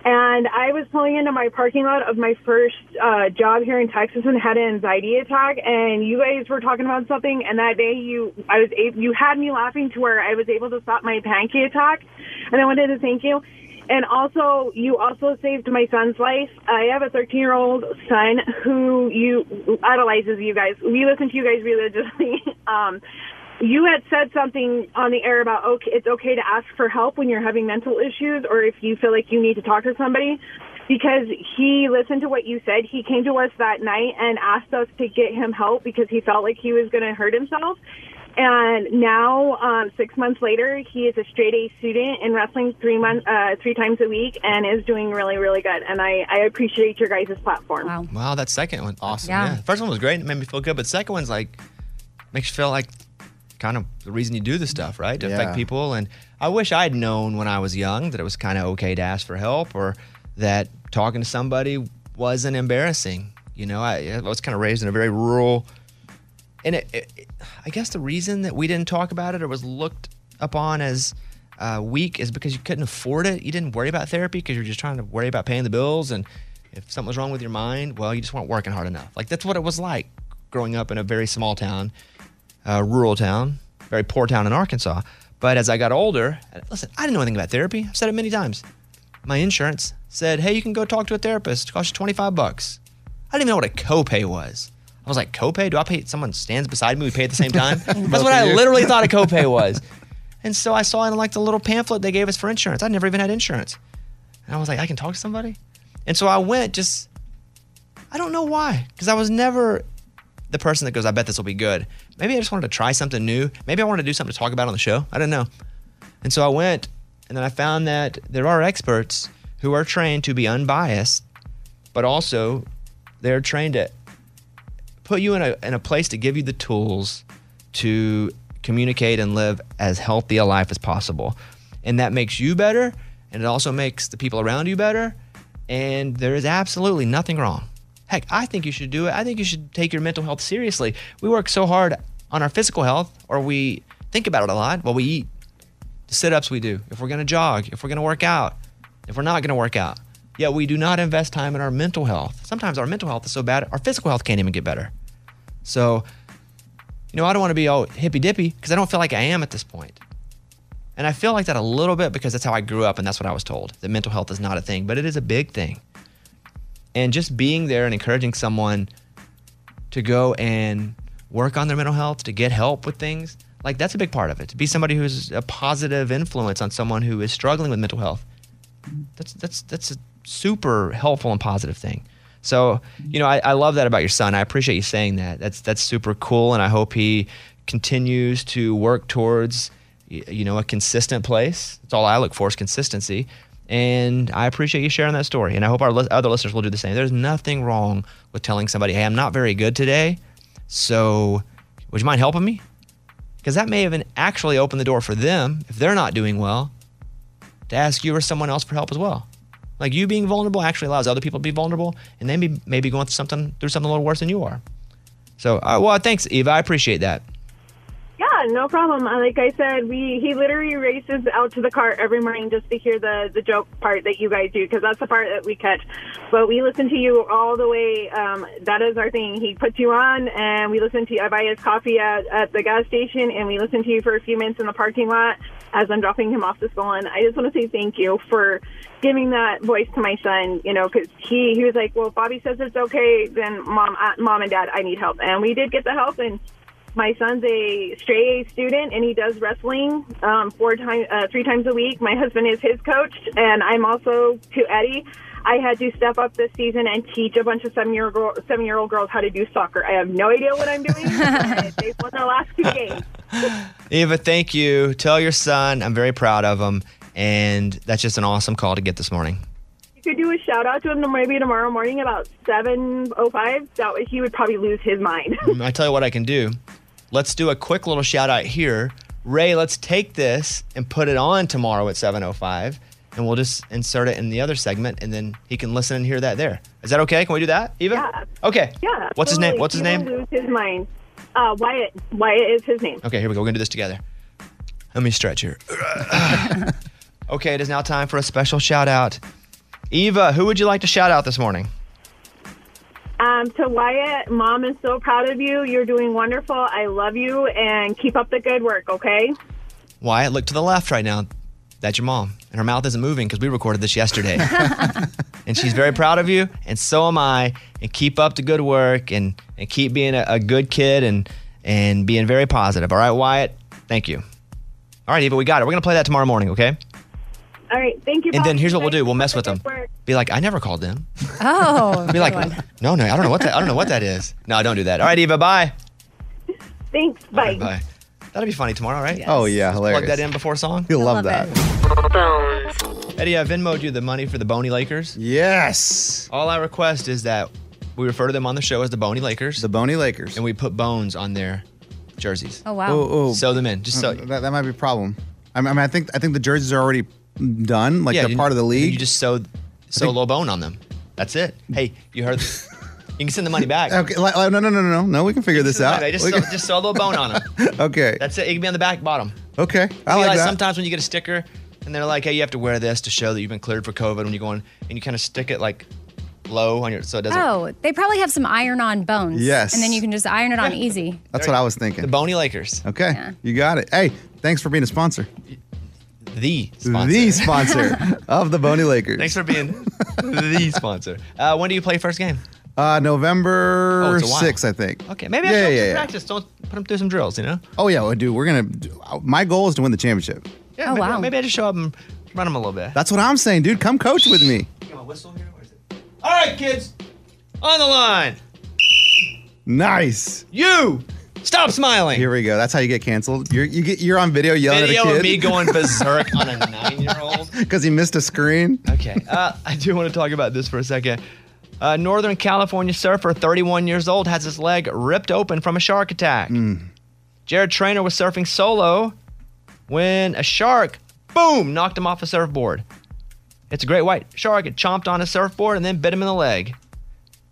And I was pulling into my parking lot of my first uh, job here in Texas and had an anxiety attack. And you guys were talking about something, and that day you, I was, a- you had me laughing to where I was able to stop my panic attack. And I wanted to thank you. And also, you also saved my son's life. I have a 13 year old son who you idolizes you guys. We listen to you guys religiously. (laughs) um, you had said something on the air about okay, it's okay to ask for help when you're having mental issues or if you feel like you need to talk to somebody. Because he listened to what you said, he came to us that night and asked us to get him help because he felt like he was going to hurt himself. And now, um, six months later, he is a straight A student and wrestling three months, uh, three times a week, and is doing really, really good. And I, I appreciate your guys' platform.
Wow, that second one, awesome.
Yeah.
Yeah. The first one was great. It made me feel good. But the second one's like, makes you feel like kind of the reason you do this stuff, right? To
Yeah.
affect people. And I wish I'd known when I was young that it was kind of okay to ask for help or that talking to somebody wasn't embarrassing. You know, I, I was kind of raised in a very rural, and it, it, it- I guess the reason that we didn't talk about it or was looked upon as uh, weak is because you couldn't afford it. You didn't worry about therapy because you're just trying to worry about paying the bills. And if something was wrong with your mind, well, you just weren't working hard enough. Like that's what it was like growing up in a very small town uh, rural town, very poor town in Arkansas. But as I got older, listen, I didn't know anything about therapy. I've said it many times. My insurance said, hey, you can go talk to a therapist. It costs you 25 bucks. I didn't even know what a copay was. I was like, copay? Do I pay? Someone stands beside me, we pay at the same time? That's what I
you.
literally thought a copay was. And so I saw in like the little pamphlet they gave us for insurance. I never even had insurance. And I was like, I can talk to somebody? And so I went just, I don't know why, because I was never the person that goes, I bet this will be good. Maybe I just wanted to try something new. Maybe I wanted to do something to talk about on the show. I don't know. And so I went and then I found that there are experts who are trained to be unbiased, but also they're trained to put you in a, in a place to give you the tools to communicate and live as healthy a life as possible. And that makes you better. And it also makes the people around you better. And there is absolutely nothing wrong Heck, I think you should do it. I think you should take your mental health seriously. We work so hard on our physical health, or we think about it a lot. What we eat, the sit ups we do, if we're going to jog, if we're going to work out, if we're not going to work out. Yet we do not invest time in our mental health. Sometimes our mental health is so bad, our physical health can't even get better. So, you know, I don't want to be all hippy dippy because I don't feel like I am at this point. And I feel like that a little bit because that's how I grew up and that's what I was told that mental health is not a thing, but it is a big thing. And just being there and encouraging someone to go and work on their mental health, to get help with things, like that's a big part of it. To be somebody who's a positive influence on someone who is struggling with mental health, that's that's that's a super helpful and positive thing. So, you know, I, I love that about your son. I appreciate you saying that. That's that's super cool, and I hope he continues to work towards y- you know a consistent place. That's all I look for is consistency. And I appreciate you sharing that story. And I hope our lis- other listeners will do the same. There's nothing wrong with telling somebody, "Hey, I'm not very good today, so would you mind helping me?" Because that may even actually open the door for them if they're not doing well to ask you or someone else for help as well. Like you being vulnerable actually allows other people to be vulnerable, and they may maybe going through something through something a little worse than you are. So, uh, well, thanks, Eva. I appreciate that.
Yeah, no problem. Uh, Like I said, we he literally races out to the car every morning just to hear the the joke part that you guys do because that's the part that we catch. But we listen to you all the way. Um, that is our thing. He puts you on, and we listen to you. I buy his coffee at, at the gas station, and we listen to you for a few minutes in the parking lot as I'm dropping him off to school. And I just want to say thank you for giving that voice to my son. You know, because he he was like, well, Bobby says it's okay. Then mom, uh, mom and dad, I need help, and we did get the help and my son's a straight A student, and he does wrestling um, four times, uh, three times a week. My husband is his coach, and I'm also to Eddie. I had to step up this season and teach a bunch of seven year girl, seven year old girls how to do soccer. I have no idea what I'm doing. but they've won the last two games.
Eva, thank you. Tell your son I'm very proud of him, and that's just an awesome call to get this morning.
You could do a shout out to him maybe tomorrow morning about seven oh five. That way he would probably lose his mind. (laughs)
Mm, I tell you what I can do. Let's do a quick little shout out here. Ray, let's take this and put it on tomorrow at 7:05 and we'll just insert it in the other segment and then he can listen and hear that there. Is that okay? Can we do that? Eva? Yeah. Okay.
Yeah.
What's his name?
absolutely.
What's his
He will
name?
Lose his mind. Uh, Wyatt. Wyatt is his name.
Okay, here we go. We're going to do this together. Let me stretch here. okay, it is now time for a special shout out. Eva, who would you like to shout out this morning?
Um, to Wyatt, mom is so proud of you. You're doing wonderful. I love you and keep up the good work, okay?
Wyatt, look to the left right now. That's your mom. And her mouth isn't moving because we recorded this yesterday. and she's very proud of you, and so am I. And keep up the good work and, and keep being a, a good kid and, and being very positive. All right, Wyatt, thank you. All right, Eva, we got it. We're going to play that tomorrow morning, okay?
All right. Thank you.
And then
Bobby.
here's what we'll do we'll mess with them. Be like, I never called them. (laughs) (laughs) Oh. Be like, no, no, I don't know what that, I don't know what that is. No, don't do that. All right, Eva, bye.
Thanks. Bye.
Bye. That'll be funny tomorrow, right?
Oh, yeah, hilarious.
Plug that in before song.
You'll love, that.
Eddie, I Venmoed you the money for the Boney Lakers.
Yes.
All I request is that we refer to them on the show as the Boney Lakers. The
Boney Lakers.
And we put bones on their jerseys.
Oh, wow.
Oh, oh.
Sew them in. Just sew.
Uh, that, that might be a problem. I mean, I mean, I think I think the jerseys are already done. Like
Yeah,
they're
you-
part of the
I think
league.
You just sew, sew a little bone on them. That's it. Hey, you
(laughs)
heard. you can send the money back.
okay. Like, like, no, no, no, no, no. We can figure this out.
Hey, Just,
We
sew,
can-
just sew a little bone on them.
okay.
That's it. It can be on the back bottom.
Okay. I
See,
like that.
Sometimes when you get a sticker and they're like, "Hey, you have to wear this to show that you've been cleared for COVID," when you're going and you kind of stick it like low on your so it doesn't.
Oh, they probably have some iron on bones.
Yes.
And then you can just
(laughs)
iron it on easy.
(laughs) That's what I was thinking. The
Boney Lakers.
Okay. You got it. Hey, thanks for being a sponsor.
The
sponsor.
(laughs)
The sponsor of the Boney Lakers.
Thanks for being (laughs) the sponsor. Uh, when do you play first game?
(laughs) Uh, November
Oh, it's a while.
6th, I think.
Okay, maybe
yeah,
I
yeah,
should
yeah.
practice. Don't put them through some drills, you know?
Oh, yeah. Well, dude, we're going to. My goal is to win the championship.
Yeah, maybe, Maybe I just show up and run them a little bit.
That's what I'm saying, dude. Come coach with me.
All right, kids, on the line.
Nice.
You stop smiling.
Here we go. That's how you get canceled. You're you get you're on video yelling
Video
at a kid.
of me
(laughs)
going berserk on a nine-year-old.
because he missed a screen.
Okay. Uh, (laughs) I do want to talk about this for a second. A Northern California surfer, 31 years old, has his leg ripped open from a shark attack. Jared Trainer was surfing solo when a shark, boom, knocked him off a surfboard. It's a great white shark. It chomped on his surfboard and then bit him in the leg.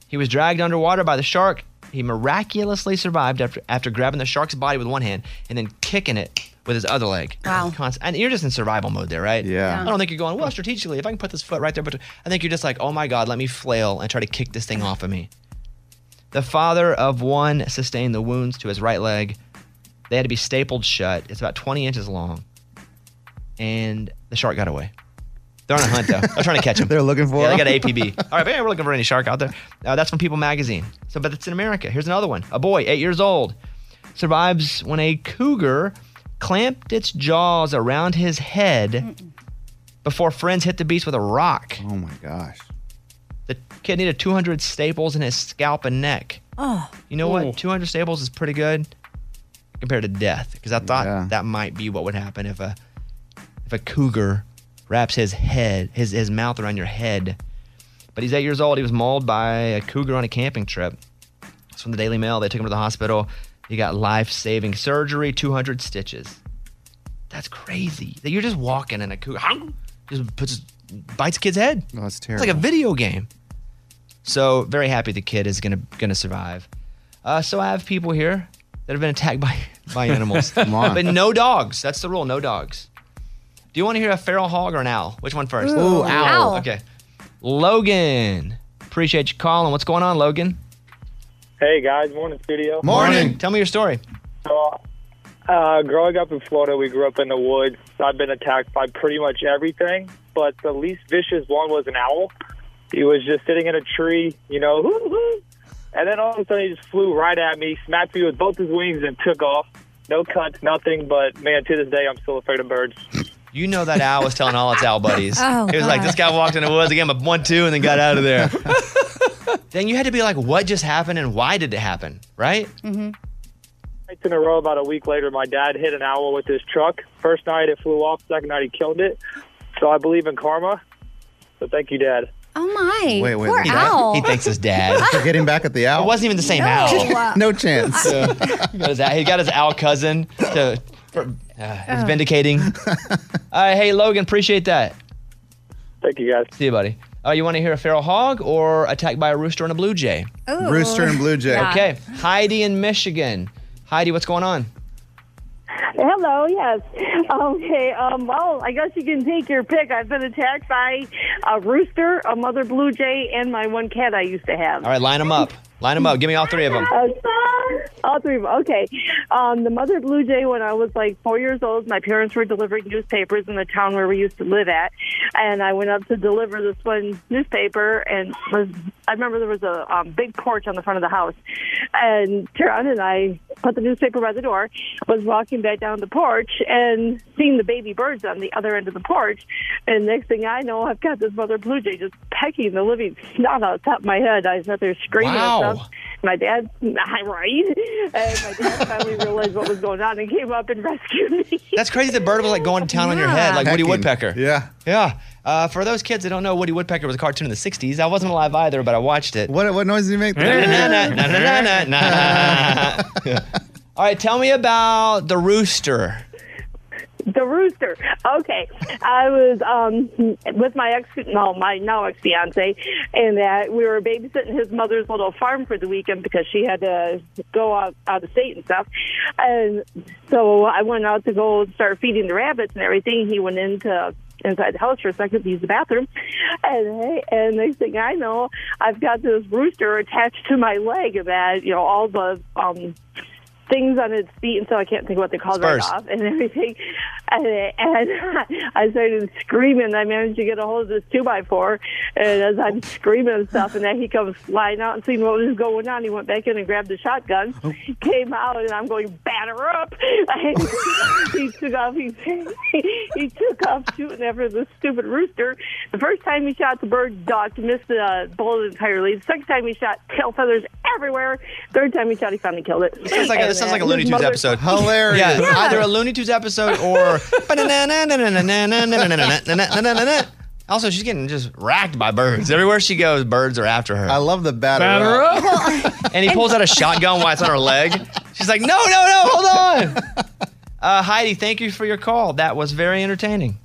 He was dragged underwater by the shark. He miraculously survived after, after grabbing the shark's body with one hand and then kicking it with his other leg. Wow. and you're just in survival mode there, right?
Yeah.
I don't think you're going, well, strategically, if I can put this foot right there, but I think you're just like, oh my God, let me flail and try to kick this thing off of me. The father of one sustained the wounds to his right leg. They had to be stapled shut. It's about 20 inches long. And the shark got away. They're on a hunt, though. They're trying to
(laughs)
catch him.
They're looking for
Yeah, they
him.
got an APB. All right, but yeah, we're looking for any shark out there. Uh, that's from People Magazine. So, but it's in America. Here's another one. A boy, eight years old, survives when a cougar clamped its jaws around his head before friends hit the beach with a rock.
Oh my gosh.
The kid needed 200 staples in his scalp and neck.
Oh.
You know what? 200 staples is pretty good compared to death because I thought that might be what would happen if a if a cougar wraps his head his his mouth around your head. But he's 8 years old. He was mauled by a cougar on a camping trip. It's from the Daily Mail. They took him to the hospital. He got life-saving surgery, 200 stitches. That's crazy. That You're just walking and a cougar just puts bites a kid's head.
Oh, that's
It's
terrible.
like a video game. So very happy the kid is gonna gonna survive. Uh, so I have people here that have been attacked by (laughs) by animals,
Come on.
but no dogs. That's the rule. No dogs. Do you want to hear a feral hog or an owl? Which one first?
Ooh, Ooh, owl. owl.
Okay, Logan. Appreciate you calling. What's going on, Logan?
Hey guys, morning studio.
Tell me your story.
So, uh, growing up in Florida, we grew up in the woods. I've been attacked by pretty much everything, but the least vicious one was an owl. He was just sitting in a tree, you know, "Hoo, hoo." and then all of a sudden he just flew right at me, smacked me with both his wings, and took off. No cuts, nothing. But man, to this day, I'm still afraid of birds.
You know that owl was telling all its owl buddies.
(laughs) Oh,
it was like
God.
this guy walked in the woods, gave him a one two, and then got out of
(laughs)
there. then you had to be like, what just happened and why did it happen, right?
Mm-hmm. Nights in a row, about a week later, my dad hit an owl with his truck. First night it flew off, second night he killed it. So I believe in karma. So thank you, Dad.
Oh my. Poor
He-
owl.
his dad.
For getting back at the owl. It
wasn't even the same No.
(laughs)
owl. (laughs)
no chance.
He got his, he got his owl cousin to. For, uh,
Oh.
he's
(laughs)
vindicating. All right, hey Logan, appreciate that.
Thank you guys.
See you, buddy. Oh, you want to hear a feral hog or attacked by a rooster and a blue jay?
Ooh. Rooster and blue jay. Yeah.
Okay, Heidi in Michigan. Heidi, what's going on?
Hello, yes. Okay, um, well, I guess you can take your pick. I've been attacked by a rooster, a mother blue jay, and my one cat I used to have.
All right, line them up. Line them up. Give me all three of them.
Uh, all three of them. Okay. Um, the mother blue jay, when I was like four years old, my parents were delivering newspapers in the town where we used to live at. And I went up to deliver this one newspaper. And was, I remember there was a um, big porch on the front of the house. And Tehran and I put the newspaper by the door, was walking back down the porch and seeing the baby birds on the other end of the porch. And next thing I know, I've got this mother blue jay just pecking the living snot out of the top of my head. I was out there screaming
Wow.
and stuff. My dad, (laughs) I right? And my dad finally realized what was going on and came up and rescued me.
That's crazy. The bird was like going to town on your head, like Woody
Pecking.
Woodpecker.
Yeah.
Yeah. Uh, for those kids that don't know, Woody Woodpecker was a cartoon in the '60s. I wasn't alive either, but I watched it.
What, what noise did he (laughs) make?
Na-na-na-na-na-na-na-na. (laughs) All right, tell me about the rooster.
The rooster. Okay, I was um with my ex, no, my now ex fiance, and that we were babysitting his mother's little farm for the weekend because she had to go out out of state and stuff. And so I went out to go start feeding the rabbits and everything. He went into inside the house for a second to use the bathroom, and and next thing I know, I've got this rooster attached to my leg and that you know all the um things on its feet, and so I can't think what they called
Spurs.
right off and everything. And, and (laughs) I started screaming. I managed to get a hold of this two by four, and as I'm screaming and stuff, and then he comes flying out and seeing what was going on. He went back in and grabbed the shotgun, came out, and I'm going batter up. (laughs) he took off. He, (laughs) he took off shooting after this stupid rooster. The first time he shot, the bird ducked, missed the uh, bullet entirely. The second time he shot, tail feathers everywhere. Third time he shot, he finally killed it. uh,
Sounds like a, this sounds like a Looney Tunes episode.
Hilarious.
Yeah,
Yeah.
either a Looney Tunes episode
(laughs)
or. (laughs) Ba-na-na-na-na-na-na-na-na-na-na-na-na-na-na-na. also, she's getting just racked by birds. Everywhere she goes, birds are after her. I
love the batter.
Batter
up.
and he pulls out a shotgun while it's on her leg. She's like, no, no, no, hold on. Uh, Heidi, thank you for your call. That was very entertaining.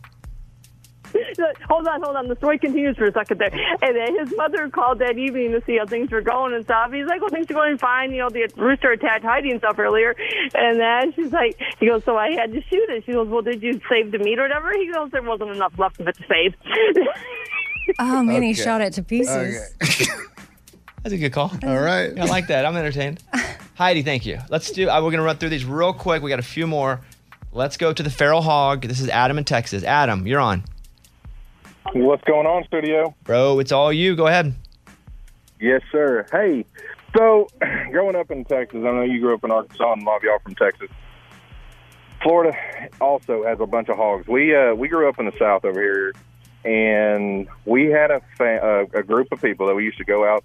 the, (laughs) hold on, hold on. The story continues for a second there. And then his mother called that evening to see how things were going and stuff. He's like, well, things are going fine. You know, the rooster attacked Heidi and stuff earlier. And then she's like, he goes, so I had to shoot it. She goes, well, did you save the meat or whatever? He goes, there wasn't enough left of it to save. (laughs)
Oh man, he
Okay.
shot it to pieces.
(laughs) That's a good call.
All right.
I like that. I'm entertained. Heidi, thank you. Let's do, uh, we're going to run through these real quick. We got a few more. Let's go to the feral hog. This is Adam in Texas. Adam, you're on.
What's going on, studio?
Bro, it's all you. Go ahead.
Yes, sir. Hey, so (clears throat) growing up in Texas, I know you grew up in Arkansas, and a lot of y'all from Texas. Florida also has a bunch of hogs. We uh, we grew up in the South over here, and we had a fa- a, a group of people that we used to go out.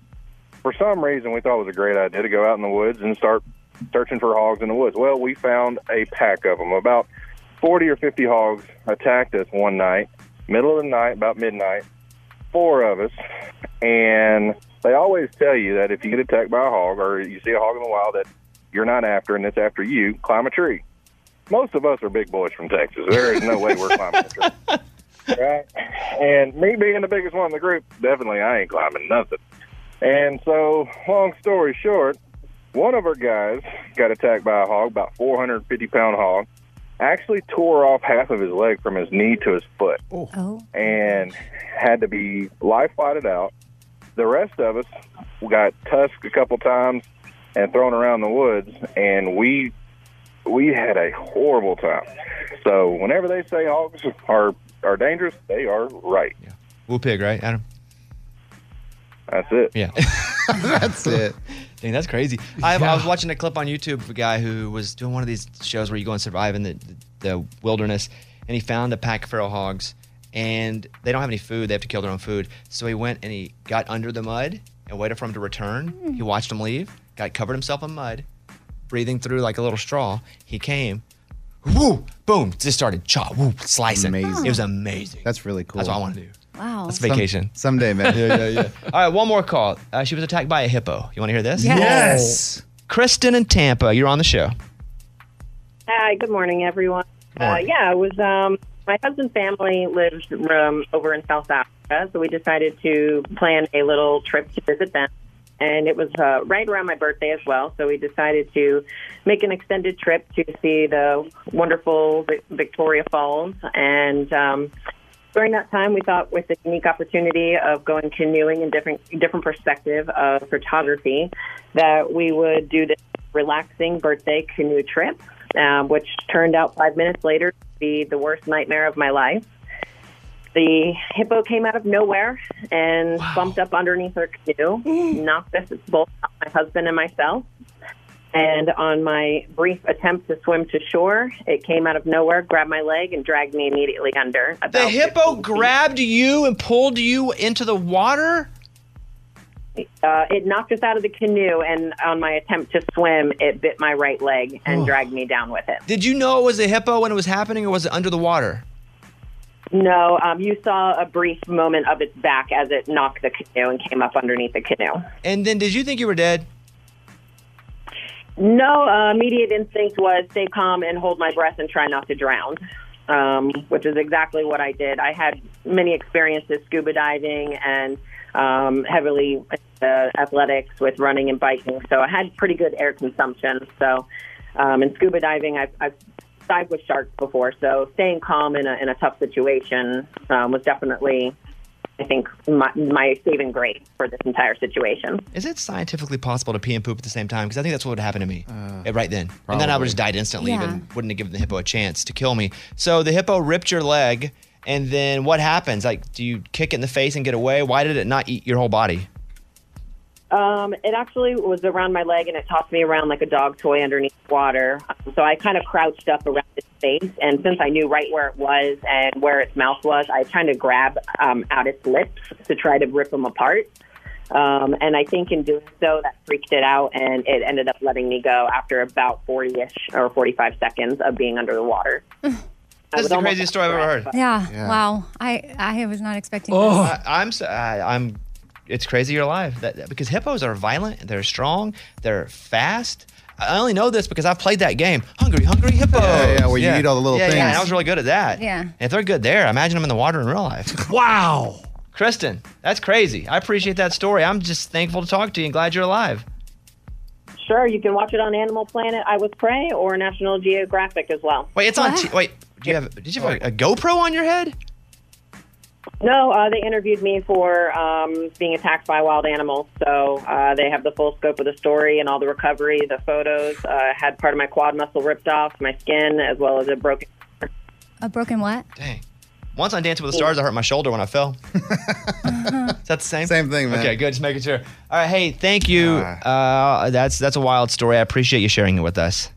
For some reason, we thought it was a great idea to go out in the woods and start searching for hogs in the woods. Well, we found a pack of them. About forty or fifty hogs attacked us one night, middle of the night, about midnight. Four of us, and they always tell you that if you get attacked by a hog or you see a hog in the wild that you're not after and it's after you, climb a tree. Most of us are big boys from Texas. There is no way we're climbing a tree.
Oh.
Right? And me being the biggest one in the group, definitely I ain't climbing nothing. And so, long story short, one of our guys got attacked by a hog, about 450 pound hog, actually tore off half of his leg from his knee to his foot
Oh.
and had to be life flighted out. The rest of us got tusked a couple times and thrown around the woods, and we we had a horrible time. So whenever they say hogs are are dangerous, they are right.
Woo pig, right, Adam?
That's it.
Yeah.
(laughs) that's it.
Dang, that's crazy. I, I was watching a clip on YouTube of a guy who was doing one of these shows where you go and survive in the, the wilderness, and he found a pack of feral hogs, and they don't have any food. They have to kill their own food. So he went and he got under the mud and waited for him to return.
Hmm.
He watched him leave, got covered himself in mud, breathing through like a little straw. He came, woo, boom, just started chop, woo, slicing. Amazing. It was amazing.
That's really cool.
That's what I want to do.
Wow.
That's vacation.
someday, man.
yeah, yeah, yeah. (laughs) All right, one more call. Uh, she was attacked by a hippo. You want to hear this?
Yes. Yes.
Kristen in Tampa, you're on the show.
Hi, good morning, everyone.
Good morning.
Uh, yeah, it was um, my husband's family lives um, over in South Africa, so we decided to plan a little trip to visit them. And it was uh, right around my birthday as well, so we decided to make an extended trip to see the wonderful Vic- Victoria Falls. And um, during that time, we thought with the unique opportunity of going canoeing and different different perspective of photography, that we would do this relaxing birthday canoe trip, um, which turned out five minutes later to be the worst nightmare of my life. The hippo came out of nowhere and bumped up underneath our canoe, knocked us both out, my husband and myself. And on my brief attempt to swim to shore, it came out of nowhere, grabbed my leg, and dragged me immediately under.
The hippo grabbed you and pulled you into the water.
Uh, it knocked us out of the canoe, and on my attempt to swim, it bit my right leg and dragged me down with it.
Did you know it was a hippo when it was happening, or was it under the water?
No, um, you saw a brief moment of its back as it knocked the canoe and came up underneath the canoe.
And then, did you think you were dead?
No, uh, immediate instinct was uh, stay calm and hold my breath and try not to drown, um, which is exactly what I did. I had many experiences scuba diving and um, heavily uh, athletics with running and biking, so I had pretty good air consumption. So, um, in scuba diving, I've, I've dived with sharks before, so staying calm in a, in a tough situation um, was definitely, I think, my, my saving grace for this entire situation.
Is it scientifically possible to pee and poop at the same time? Because I think that's what would happen to me eh,
Uh,
right then. And then I would
probably.
have died instantly
Yeah.
and wouldn't have given the hippo a chance to kill me. So the hippo ripped your leg. And then what happens? Like, do you kick it in the face and get away? Why did it not eat your whole body?
Um, it actually was around my leg and it tossed me around like a dog toy underneath water. So I kind of crouched up around its face. And since I knew right where it was and where its mouth was, I kind of grabbed um, out its lips to try to rip them apart. Um, and I think in doing so, that freaked it out and it ended up letting me go after about 40 ish or 45 seconds of being under the water.
That's the craziest story I've ever heard.
Yeah. Wow. I I was not expecting
I, I'm so, I, I'm. It's crazy you're alive. That, that- because hippos are violent, they're strong, they're fast. I only know this because I've played that game. Hungry, hungry hippo.
Yeah, yeah, where you eat all the little
yeah, Yeah,
things.
and I was really good at that.
Yeah.
And if they're good there, imagine them in the water in real life. (laughs) Wow. Kristen, that's crazy. I appreciate that story. I'm just thankful to talk to you and glad you're alive.
Sure, you can watch it on Animal Planet, I Was Prey, or National Geographic as well.
Wait, it's on. T- wait, do you have? Did you have a, a GoPro on your head?
No, uh, they interviewed me for um, being attacked by wild animals. So uh, they have the full scope of the story and all the recovery, the photos. Uh, I had part of my quad muscle ripped off, my skin, as well as a broken.
A broken what?
Once on Dancing with the Stars, I hurt my shoulder when I
(laughs)
fell. Is that the same?
Same thing, man.
Okay, good. Just making sure. All right, hey, thank you. Uh, that's that's a wild story. I appreciate you sharing it with us.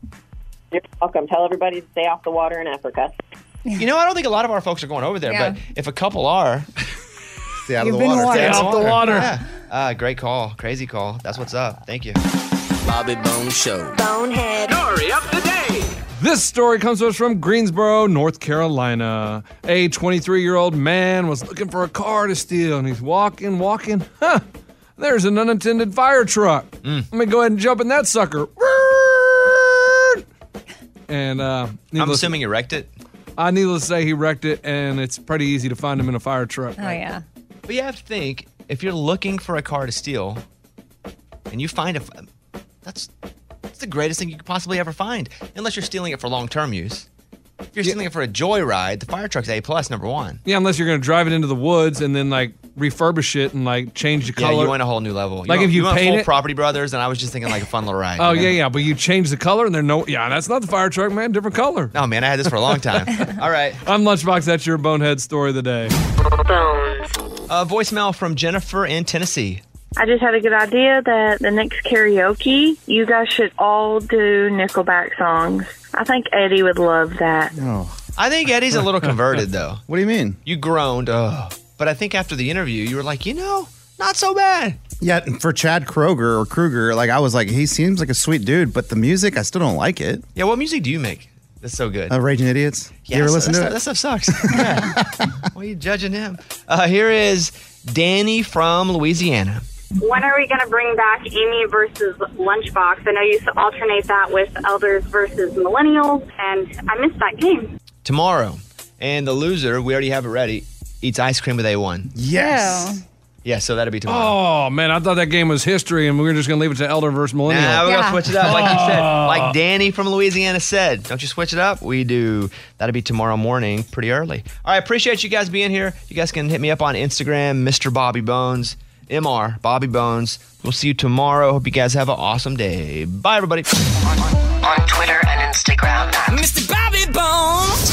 You're welcome. Tell everybody to stay off the water in Africa.
You know, I don't think a lot of our folks are going over there,
Yeah.
but if a couple are,
stay out
of You've the been water. warned.
out of
Stay off the water.
Yeah. Uh, great call. Crazy call. That's what's up. Thank you. Bobby Bone Show.
Bonehead. Story of the day.
This story comes to us from Greensboro, North Carolina. A 23 year old man was looking for a car to steal, and he's walking, walking. Huh, there's an unattended fire truck.
Mm.
Let me go ahead and jump in that sucker. And uh,
I'm assuming you wrecked it.
I needless to say, he wrecked it, and it's pretty easy to find him in a fire truck.
Oh yeah.
But you have to think if you're looking for a car to steal, and you find a, that's that's the greatest thing you could possibly ever find, unless you're stealing it for long term use. If you're stealing it for a joyride, the fire truck's a plus number one.
Yeah, unless you're going to drive it into the woods and then like refurbish it and like change the
Yeah,
color.
you went a whole new level.
Like
went-
if you,
went
paint
full
it.
Property Brothers, and I was just thinking like a fun little ride.
oh
you know?
yeah, yeah, but you change the color and there no. Yeah, that's not the fire truck, man. Different color.
No, man, I had this for a long
(laughs)
time. All right.
I'm Lunchbox. That's your bonehead story of the day.
A voicemail from Jennifer in Tennessee.
I just had a good idea that the next karaoke, you guys should all do Nickelback songs. I think Eddie would love that.
I think Eddie's a
(laughs)
little converted though.
What do you mean?
You groaned, oh. But I think after the interview, you were like, you know, not so bad.
Yeah, and for Chad Kroger or Kruger, like I was like, he seems like a sweet dude, but the music, I still don't like it.
Yeah, what music do you make? That's so good.
Uh, Raging Idiots.
Yeah,
you ever
so
listen
that
to
stuff- That
it?
stuff
(laughs)
sucks. Yeah. Why are you judging him? Uh, here is Danny from Louisiana.
When are we going to bring back Amy versus Lunchbox? I know you used to alternate that with Elders versus Millennials, and I missed that game.
Tomorrow. And the loser, we already have it ready, eats ice cream with A1.
Yes.
Yeah, so that'll be tomorrow.
Oh man, I thought that game was history, and we were just gonna leave it to Elder versus Millennial.
Nah, we're gonna switch it up, like you said,
Oh.
like Danny from Louisiana said. Don't you switch it up? We do. That'll be tomorrow morning, pretty early. All right, appreciate you guys being here. You guys can hit me up on Instagram, Mr. Bobby Bones, Mr. Bobby Bones. We'll see you tomorrow. Hope you guys have an awesome day. Bye, everybody.
On Twitter and Instagram. Mr. Bobby Bones.